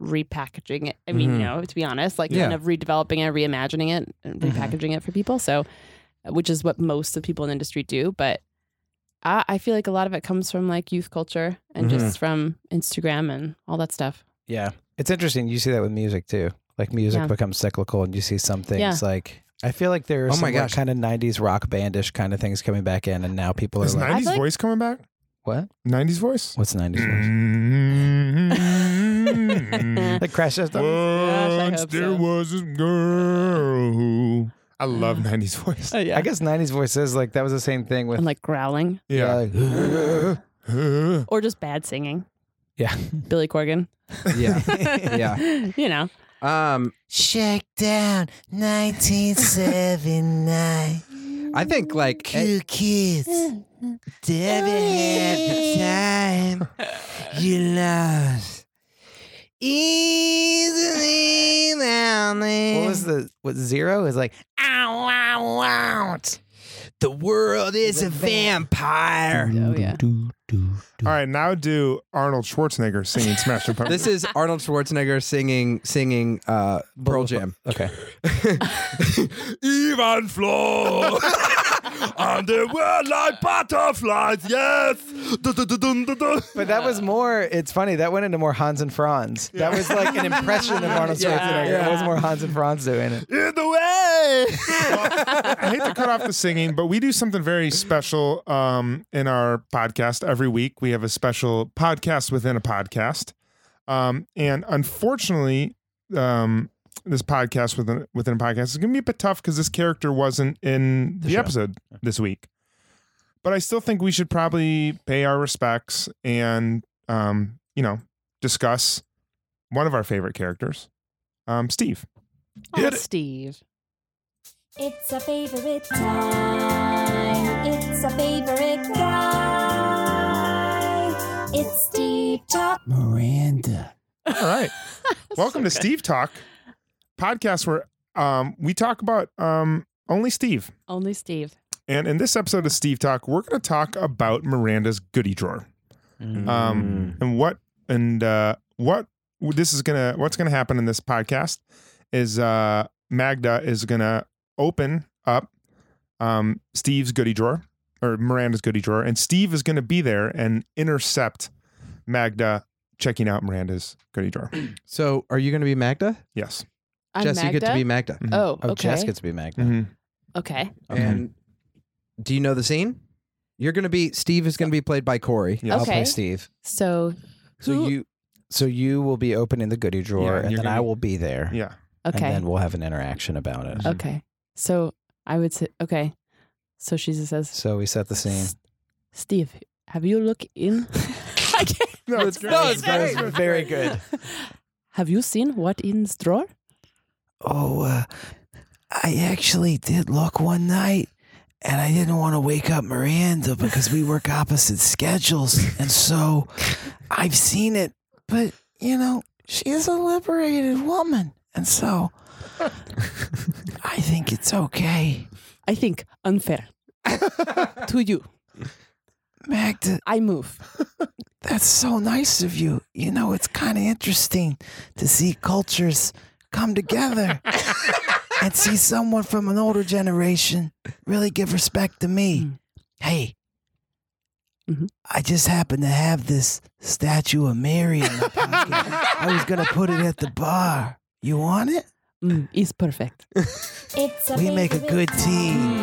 Speaker 5: repackaging it. I mean,
Speaker 10: Mhm.
Speaker 5: you know, to be honest, like
Speaker 10: Yeah.
Speaker 5: kind of redeveloping and reimagining it and
Speaker 11: Mhm.
Speaker 5: repackaging it for people. So, uh, which is what most of the people in the industry do. But I, I feel like a lot of it comes from like youth culture and just from Instagram and all that stuff.
Speaker 11: Yeah. It's interesting. You see that with music too. Like music
Speaker 5: Yeah.
Speaker 11: becomes cyclical and you see some things
Speaker 5: Yeah.
Speaker 11: like I feel like there are
Speaker 10: Oh
Speaker 11: some
Speaker 10: my
Speaker 11: like,
Speaker 10: gosh.
Speaker 11: kind of nineties rock bandish kind of things coming back in and now people are
Speaker 9: Is
Speaker 11: like
Speaker 9: nineties
Speaker 5: like-
Speaker 9: voice coming back?
Speaker 11: What?
Speaker 9: Nineties voice?
Speaker 11: What's nineties?
Speaker 10: Mm.
Speaker 9: Mm-hmm.
Speaker 11: like Crash Test Dummies?
Speaker 5: I
Speaker 9: Once
Speaker 5: hope
Speaker 9: there
Speaker 5: so.
Speaker 9: was this girl who I love nineties voice.
Speaker 11: I guess nineties voices like that was the same thing with
Speaker 5: and like growling
Speaker 9: Yeah.
Speaker 11: yeah.
Speaker 9: Uh,
Speaker 5: or just bad singing.
Speaker 11: Yeah.
Speaker 5: Billy Corgan.
Speaker 10: Yeah, yeah.
Speaker 5: you know,
Speaker 10: Um,
Speaker 15: Shake down 1979.
Speaker 10: I think like
Speaker 15: Two kids. Devin had the time you lost. Easily down there.
Speaker 11: What was the what zero is like
Speaker 15: Ow, ow, ow. The world is a vampire.
Speaker 5: oh yeah.
Speaker 9: All right, now do Arnold Schwarzenegger singing Smash the
Speaker 10: this is Arnold Schwarzenegger singing singing uh, Pearl Jam.
Speaker 11: okay.
Speaker 9: Even flow on the world like butterflies. Yes.
Speaker 11: But that was more it's funny, that went into more Hans and Franz. That was like an impression of Arnold
Speaker 10: Yeah.
Speaker 11: Schwarzenegger. It was more Hans and Franz doing it.
Speaker 9: In the way. I hate to cut off the singing, but we do something very special um, in our podcast every week. We have a special podcast within a podcast, um, and unfortunately, um, this podcast within within a podcast is going to be a bit tough because this character wasn't in the,
Speaker 11: show.
Speaker 9: episode this week. But I still think we should probably pay our respects and um, you know discuss one of our favorite characters, um, Steve.
Speaker 5: Oh,
Speaker 9: Hit it.
Speaker 5: Steve.
Speaker 16: It's a favorite time. It's a favorite guy. It's Steve Top.
Speaker 9: All right. Welcome to Steve Talk, podcast where um, we talk about um, only Steve.
Speaker 5: Only Steve.
Speaker 9: And in this episode of Steve Talk, we're going to talk about Miranda's goodie drawer,
Speaker 5: Mm.
Speaker 9: um, and what and uh, what this is gonna what's gonna happen in this podcast is uh, Magda is gonna open up um, Steve's goodie drawer or Miranda's goodie drawer, and Steve is gonna be there and intercept Magda checking out Miranda's goodie drawer.
Speaker 10: So, are you going to be Magda?
Speaker 9: Yes.
Speaker 5: I'm
Speaker 10: Jess, you get to
Speaker 5: Magda?
Speaker 10: be Magda.
Speaker 5: Oh,
Speaker 11: Oh,
Speaker 5: okay.
Speaker 11: Jess gets to be Magna.
Speaker 9: Mhm.
Speaker 5: Okay.
Speaker 10: And do you know the scene? You're gonna be Steve is gonna be played by Corey.
Speaker 9: Yeah.
Speaker 10: I'll play
Speaker 5: Okay.
Speaker 10: Steve.
Speaker 5: So
Speaker 11: So
Speaker 5: Who-
Speaker 11: you so you will be opening the goodie drawer
Speaker 9: Yeah,
Speaker 11: and
Speaker 9: you're
Speaker 11: then I
Speaker 9: gonna-
Speaker 11: will be there.
Speaker 9: Yeah.
Speaker 5: okay.
Speaker 11: And then we'll have an interaction about it.
Speaker 5: Okay. So I would say, okay. So she just says,
Speaker 11: So we set the scene.
Speaker 5: "S- Steve, have you looked in? I can't.
Speaker 9: No, it's great.
Speaker 5: No, it's
Speaker 11: That was very good.
Speaker 5: Have you seen what in the drawer?
Speaker 11: Oh, uh, I actually did look one night, and I didn't want to wake up Miranda because we work opposite schedules, and so I've seen it. But you know, she is a liberated woman, and so I think it's okay.
Speaker 5: I think unfair to you.
Speaker 11: Magda,
Speaker 5: I move.
Speaker 11: that's so nice of you. You know, it's kind of interesting to see cultures come together and see someone from an older generation really give respect to me.
Speaker 5: Mm.
Speaker 11: Hey,
Speaker 5: Mhm.
Speaker 11: I just happen to have this statue of Mary in my pocket. I was going to put it at the bar. You want it?
Speaker 5: Mm, is perfect.
Speaker 17: It's a
Speaker 11: We make a good team.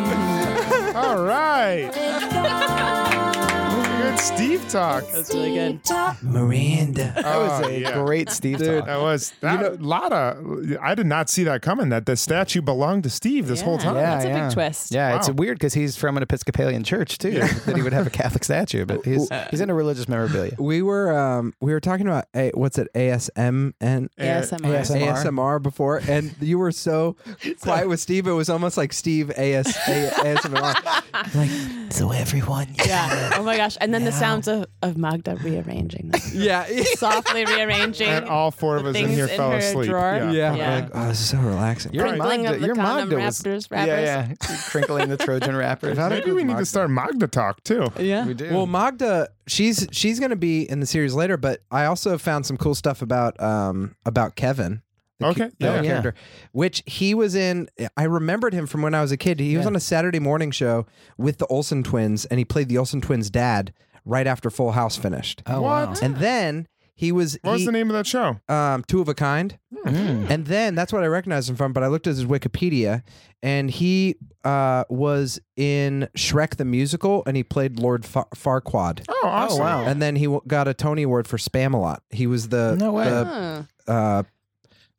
Speaker 9: All right. Good Steve talk.
Speaker 17: That's really good. Talk.
Speaker 10: Uh,
Speaker 11: Miranda.
Speaker 9: That
Speaker 11: was
Speaker 9: a
Speaker 11: Great Steve
Speaker 9: That was that Lotta. I did not see that coming. That the statue belonged to Steve this whole time.
Speaker 5: Oh, That's a
Speaker 11: yeah.
Speaker 5: big twist.
Speaker 11: Yeah,
Speaker 9: it's Wow.
Speaker 11: weird because he's from an Episcopalian church too. that he would have a Catholic statue, but he's he's into religious memorabilia.
Speaker 10: We were um we were talking about a, what's it ASM and
Speaker 5: Yes, I'm
Speaker 11: ASMR.
Speaker 10: ASMR before, and you were so quiet with Steve. It was almost like Steve AS, A- ASMR.
Speaker 11: So everyone,
Speaker 5: Yeah. Oh my gosh. And then the sounds of, of Magda rearranging, them.
Speaker 10: yeah,
Speaker 5: softly rearranging.
Speaker 9: And all four of us in
Speaker 5: Things
Speaker 9: here
Speaker 5: in
Speaker 9: fell
Speaker 5: her
Speaker 9: asleep.
Speaker 5: drawer.
Speaker 9: Yeah.
Speaker 10: yeah.
Speaker 5: Yeah.
Speaker 10: Like, oh, this is so relaxing.
Speaker 11: Your
Speaker 5: Crinkling
Speaker 11: Magda-
Speaker 5: of the
Speaker 11: your
Speaker 5: condom
Speaker 11: Magda was-
Speaker 5: raptors,
Speaker 11: Yeah, yeah. Crinkling the Trojan rappers.
Speaker 9: Maybe we need to start Magda talk too.
Speaker 10: Yeah.
Speaker 11: We do.
Speaker 10: Well, Magda, she's she's gonna be in the series later, but I also found some cool stuff about um about Kevin. the
Speaker 9: Okay,
Speaker 10: the
Speaker 9: yeah.
Speaker 10: character, which he was in. I remembered him from when I was a kid. He was on a Saturday morning show with the Olsen twins, and he played the Olsen twins' dad right after Full House finished.
Speaker 11: Oh, wow.
Speaker 9: What?
Speaker 10: And then he was
Speaker 9: What was
Speaker 10: he-
Speaker 9: the name of that show?
Speaker 10: um, two of a kind.
Speaker 11: Mm.
Speaker 10: And then that's what I recognized him from. But I looked at his Wikipedia, and he uh, was in Shrek the Musical, and he played Lord Fa- Farquaad.
Speaker 9: Oh, awesome.
Speaker 11: wow.
Speaker 10: And then he w- got a Tony Award for Spamalot. He was the
Speaker 11: No way.
Speaker 10: the, uh,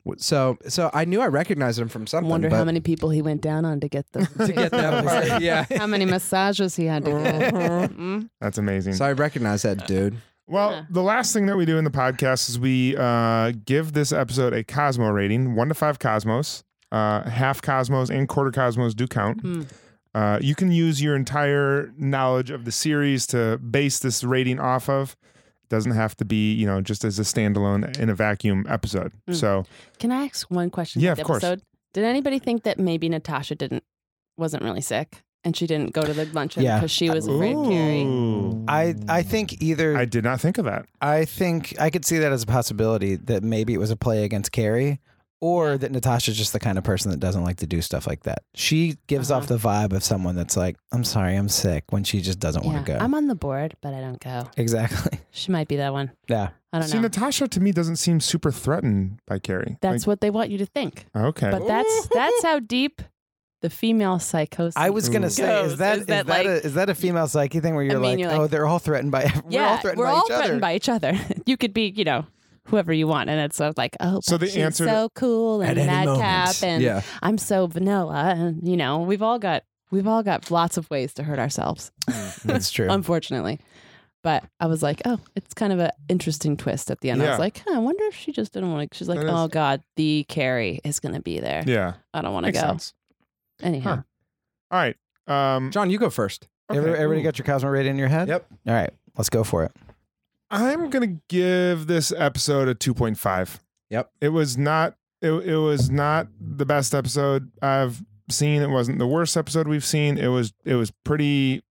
Speaker 10: w- so so I knew I recognized him from
Speaker 5: I
Speaker 10: something.
Speaker 5: wonder
Speaker 10: but
Speaker 5: how many people he went down on to get the
Speaker 10: to get that part. Yeah.
Speaker 5: how many massages he had to get. Mm.
Speaker 9: That's amazing.
Speaker 10: So I recognize that dude.
Speaker 9: Well,
Speaker 5: Yeah.
Speaker 9: the last thing that we do in the podcast is we uh, give this episode a Cosmo rating, one to five Cosmos. Uh, half Cosmos and quarter Cosmos do count.
Speaker 5: Hmm.
Speaker 9: Uh, you can use your entire knowledge of the series to base this rating off of. It doesn't have to be, you know, just as a standalone in a vacuum episode.
Speaker 5: Hmm.
Speaker 9: So
Speaker 5: Can I ask one question? about
Speaker 9: Yeah,
Speaker 5: the
Speaker 9: of course.
Speaker 5: Episode? Did anybody think that maybe Natasha didn't wasn't really sick and she didn't go to the luncheon
Speaker 11: Yeah.
Speaker 5: because she was afraid Carrie?
Speaker 9: Ooh.
Speaker 11: I I think either
Speaker 9: I
Speaker 11: I,
Speaker 9: did not think of that.
Speaker 11: think I could see that as a possibility that maybe it was a play against Carrie, or that Natasha's just the kind of person that doesn't like to do stuff like that. She gives off
Speaker 5: Uh-huh.
Speaker 11: the vibe of someone that's like, "I'm sorry, I'm sick," when she just doesn't
Speaker 5: Yeah,
Speaker 11: want to go.
Speaker 5: I'm on the board, but I don't go.
Speaker 11: exactly.
Speaker 5: She might be that one.
Speaker 11: Yeah.
Speaker 5: I don't
Speaker 9: See,
Speaker 5: know.
Speaker 9: Natasha to me doesn't seem super threatened by Carrie.
Speaker 5: That's what they want you to think.
Speaker 9: what. Okay.
Speaker 5: But that's that's how deep the female psychosis.
Speaker 11: I was gonna say,
Speaker 5: goes.
Speaker 11: is that is that,
Speaker 5: like
Speaker 11: a, is that a female psyche thing where you're,
Speaker 5: mean,
Speaker 11: like,
Speaker 5: you're
Speaker 11: oh,
Speaker 5: like-
Speaker 11: they're all threatened by we're
Speaker 5: yeah,
Speaker 11: all threatened
Speaker 5: we're
Speaker 11: by
Speaker 5: all
Speaker 11: each
Speaker 5: threatened
Speaker 11: other.
Speaker 5: by each other. you could be, you know, whoever you want, and it's sort of like, oh,
Speaker 9: So
Speaker 5: but
Speaker 9: the
Speaker 5: she's
Speaker 9: answer to-
Speaker 5: so cool and
Speaker 11: At any moment.
Speaker 5: madcap, and
Speaker 10: Yeah.
Speaker 5: I'm so vanilla, and you know, we've all got we've all got lots of ways to hurt ourselves,
Speaker 11: That's true.
Speaker 5: unfortunately. But I was like, oh, it's kind of an interesting twist at the end. I
Speaker 9: Yeah.
Speaker 5: was like, huh, I wonder if she just didn't want to. She's like,
Speaker 9: That is-
Speaker 5: oh god, the Carrie is gonna be there.
Speaker 9: yeah.
Speaker 5: I don't want to
Speaker 9: Makes
Speaker 5: go.
Speaker 9: sense.
Speaker 5: Anyhow,
Speaker 9: Huh. All right. Um,
Speaker 10: John, you go first.
Speaker 11: Every-
Speaker 9: okay.
Speaker 11: Everybody got your Cosmo rating in your head?
Speaker 10: Yep.
Speaker 11: All right, let's go for it.
Speaker 9: I'm gonna give this episode a 2.5.
Speaker 10: Yep.
Speaker 9: It was not. It, it was not the best episode I've seen. It wasn't the worst episode we've seen. It was. It was pretty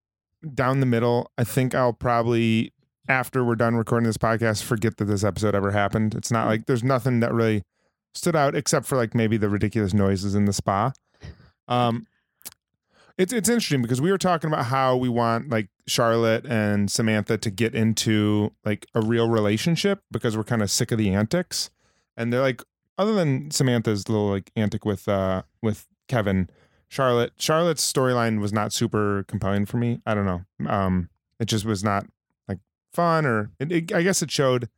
Speaker 9: down the middle. I think I'll probably after we're done recording this podcast forget that this episode ever happened. It's not like there's nothing that really stood out except for like maybe the ridiculous noises in the spa. Um, it's it's interesting because we were talking about how we want like Charlotte and Samantha to get into like a real relationship because we're kind of sick of the antics, and they're like other than Samantha's little like antic with uh with Kevin, Charlotte. Charlotte's storyline was not super compelling for me. I don't know. Um, it just was not like fun, or it, it, I guess it showed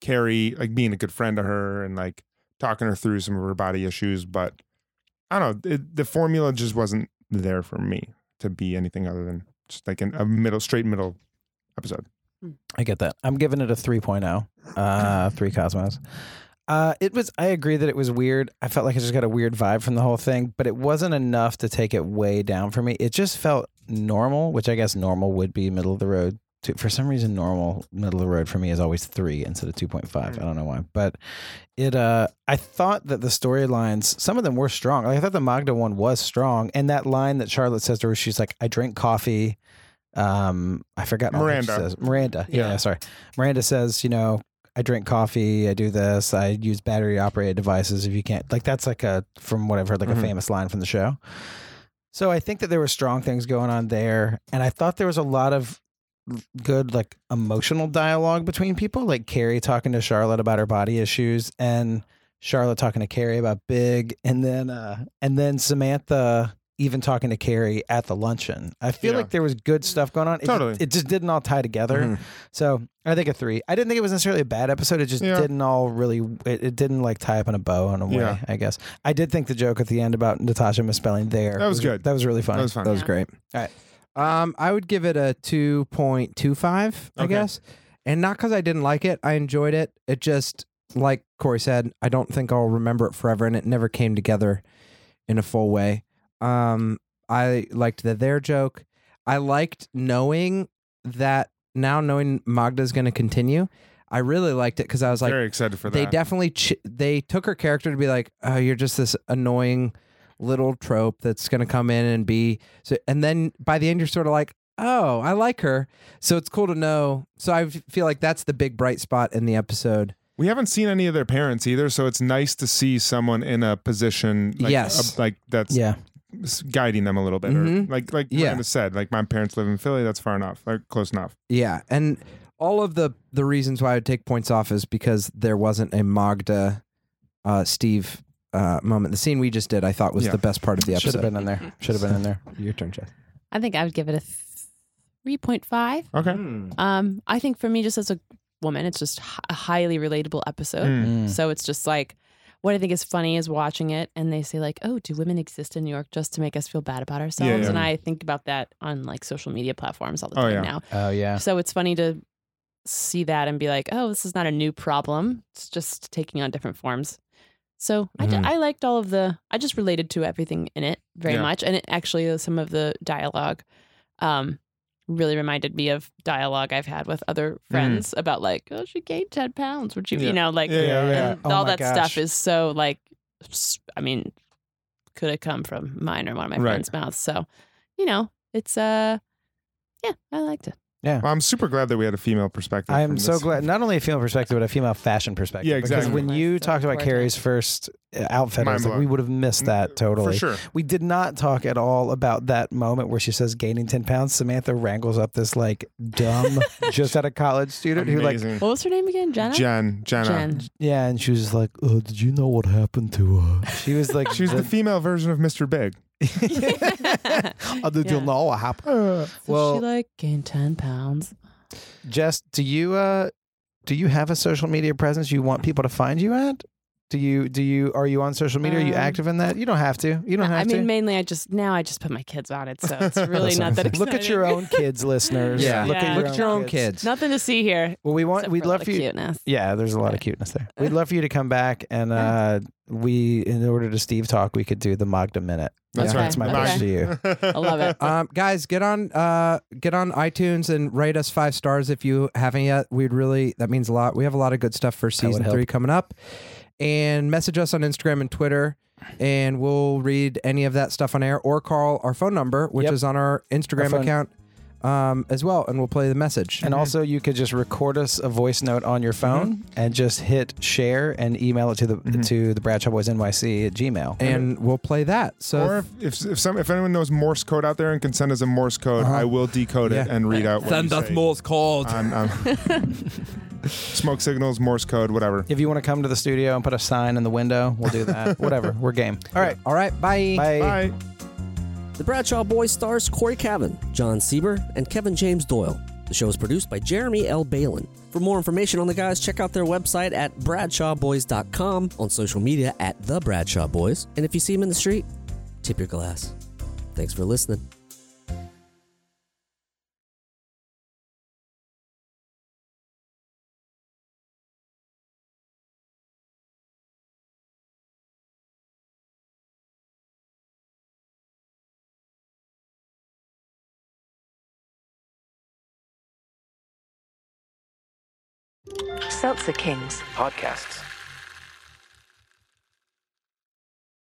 Speaker 9: Carrie like being a good friend to her and like talking her through some of her body issues. But I don't know. It, the formula just wasn't there for me to be anything other than just like an, a middle, straight middle episode.
Speaker 11: I get that. I'm giving it a 3.0, uh, three cosmos. Uh, it was. I agree that it was weird. I felt like I just got a weird vibe from the whole thing, but it wasn't enough to take it way down for me. It just felt normal, which I guess normal would be middle of the road. Too. For some reason, normal middle of the road for me is always three instead of 2.5. I don't know why, but it. Uh, I thought that the storylines, some of them were strong. Like I thought the Magda one was strong, and that line that Charlotte says to her, she's like, "I drink coffee." um i forgot all that she
Speaker 9: Miranda.
Speaker 11: says. miranda yeah,
Speaker 9: Yeah.
Speaker 11: sorry miranda says you know i drink coffee i do this i use battery operated devices if you can't like that's like a from what i've heard like
Speaker 9: Mhm.
Speaker 11: a famous line from the show so i think that there were strong things going on there and i thought there was a lot of good like emotional dialogue between people like carrie talking to charlotte about her body issues and charlotte talking to carrie about big and then uh and then samantha even talking to carrie at the luncheon i feel
Speaker 9: Yeah.
Speaker 11: like there was good stuff going on it,
Speaker 9: Totally.
Speaker 11: it just didn't all tie together
Speaker 9: Mhm.
Speaker 11: so i think a three i didn't think it was necessarily a bad episode it just
Speaker 9: Yeah.
Speaker 11: didn't all really it, it didn't like tie up in a bow in a way
Speaker 9: Yeah.
Speaker 11: i guess i did think the joke at the end about natasha misspelling there
Speaker 9: That was good.
Speaker 11: that was really funny
Speaker 9: That was fun.
Speaker 10: That was great.
Speaker 11: All right.
Speaker 10: Um, I would give it a 2.25, I
Speaker 9: Okay.
Speaker 10: guess. And not because I didn't like it. I enjoyed it. It just, like Corey said, I don't think I'll remember it forever. And it never came together in a full way. Um, I liked the their joke. I liked knowing that now knowing Magda's going to continue. I really liked it because I was like,
Speaker 9: Very excited for that.
Speaker 10: they definitely ch- they took her character to be like oh you're just this annoying little trope that's going to come in and be so and then by the end you're sort of like oh i like her so it's cool to know so i f- feel like that's the big bright spot in the episode
Speaker 9: We haven't seen any of their parents either, so it's nice to see someone in a position like,
Speaker 10: Yes.
Speaker 9: a- like that's
Speaker 11: yeah
Speaker 9: s- guiding them a little bit.
Speaker 10: Mhm.
Speaker 9: Or like like
Speaker 10: Yeah.
Speaker 9: Miranda said, like my parents live in Philly, that's far enough. Like close enough.
Speaker 10: yeah and all of the the reasons why i would take points off is because there wasn't a magda uh steve uh moment the scene we just did i thought was
Speaker 9: Yeah.
Speaker 10: the best part of the
Speaker 11: should have
Speaker 10: episode
Speaker 11: been in there should have been in there
Speaker 10: your turn Jess.
Speaker 5: I think I would give it a three point five.
Speaker 9: Okay.
Speaker 5: Um, I think for me, just as a woman, it's just hi- a highly relatable episode.
Speaker 9: Mm.
Speaker 5: So it's just like what I think is funny is watching it and they say like, "Oh, do women exist in New York just to make us feel bad about ourselves?"
Speaker 9: yeah.
Speaker 5: And I think about that on like social media platforms all the
Speaker 9: Oh,
Speaker 5: time
Speaker 9: yeah.
Speaker 5: now.
Speaker 11: oh yeah
Speaker 5: So it's funny to see that and be like, "Oh, this is not a new problem. It's just taking on different forms." So I d I
Speaker 10: Mhm.
Speaker 5: I, liked all of the. I just related to everything in it very
Speaker 9: Mm-hmm. Yeah.
Speaker 5: much, and it actually uh, some of the dialogue um, really reminded me of dialogue I've had with other friends about like, "Oh, she gained ten pounds," which you
Speaker 9: Mm. Yeah.
Speaker 5: you know like
Speaker 9: Yeah, yeah, yeah.
Speaker 5: and
Speaker 11: Oh
Speaker 5: all
Speaker 11: my
Speaker 5: that stuff
Speaker 11: gosh.
Speaker 5: is so like, s- I mean, could have come from mine or one of my
Speaker 9: Right.
Speaker 5: friends' mouths. So you know, it's uh, yeah, I liked it.
Speaker 9: Well, I'm super glad that we had a female perspective.
Speaker 11: I am
Speaker 9: from
Speaker 11: so
Speaker 9: this.
Speaker 11: glad, not only a female perspective, but a female fashion perspective.
Speaker 9: Yeah,
Speaker 11: Because
Speaker 9: exactly.
Speaker 11: when you talked about
Speaker 5: Gorgeous.
Speaker 11: Carrie's first uh, outfit, I was like,
Speaker 9: Mind-blowing. Mm,
Speaker 11: we would have missed that totally.
Speaker 9: For sure.
Speaker 11: We did not talk at all about that moment where she says gaining 10 pounds. Samantha wrangles up this like dumb, just out of college student who like,
Speaker 9: Amazing.
Speaker 5: What was her name again? Jenna.
Speaker 9: Jen, Jenna.
Speaker 5: Jen.
Speaker 11: yeah, and she was just like, oh, did you know what happened to her? She was like,
Speaker 9: She was the female version of Mr. Big.
Speaker 11: oh, did you
Speaker 5: Yeah.
Speaker 11: know what happened?
Speaker 5: So
Speaker 11: Well-
Speaker 5: she like gained ten pounds.
Speaker 11: Jess, do you uh do you have a social media presence you want people to find you at? Do you do you are you on social media? are you
Speaker 5: Um,
Speaker 11: active in that? You don't have to. You don't have
Speaker 5: I mean,
Speaker 11: to.
Speaker 5: mainly I just now I just put my kids on it, so it's really
Speaker 11: Listen,
Speaker 5: not that. Exciting.
Speaker 11: Look at your own kids, listeners.
Speaker 10: Yeah.
Speaker 11: Look,
Speaker 5: Yeah.
Speaker 11: At, your
Speaker 10: look at your own kids
Speaker 5: Nothing to see here.
Speaker 11: Well, we want
Speaker 5: except
Speaker 11: we'd
Speaker 5: for all
Speaker 11: love
Speaker 5: the
Speaker 11: for you.
Speaker 5: cuteness.
Speaker 11: Yeah, there's a lot of cuteness there. We'd love for you to come back and uh we in order to Steve talk, we could do the Magda minute.
Speaker 9: That's
Speaker 5: Okay.
Speaker 9: right.
Speaker 11: That's my
Speaker 5: Okay.
Speaker 11: wish to you.
Speaker 9: I
Speaker 5: love it.
Speaker 10: um, guys, get on uh, get on iTunes and rate us five stars if you haven't yet. We'd really that means a lot. We have a lot of good stuff for season
Speaker 11: help.
Speaker 10: three coming up, and message us on Instagram and Twitter, and we'll read any of that stuff on air or call our phone number, which
Speaker 11: Yep.
Speaker 10: is on our
Speaker 11: Our
Speaker 10: Instagram
Speaker 11: phone.
Speaker 10: account um, as well, and we'll play the message.
Speaker 11: And also, you could just record us a voice note on your phone and just hit share and email it to the to the Bradshaw Boys NYC at Gmail.
Speaker 10: and we'll play that. So
Speaker 9: Or if, if, if some if anyone knows Morse code out there and can send us a Morse code, I will decode it
Speaker 10: Yeah.
Speaker 9: and read out. what you say.
Speaker 18: called.
Speaker 9: on, on- smoke signals, Morse code, whatever.
Speaker 11: If you want to come to the studio and put a sign in the window, we'll do that. Whatever. We're game. All right.
Speaker 10: all right,
Speaker 11: Bye.
Speaker 9: Bye.
Speaker 11: The Bradshaw Boys stars Corey Cavan, John Sieber, and Kevin James Doyle. The show is produced by Jeremy L. Balin. For more information on the guys, check out their website at bradshawboys.com, on social media at The Bradshaw Boys, and if you see them in the street, tip your glass. Thanks for listening.
Speaker 19: Seltzer Kings.
Speaker 1: Podcasts.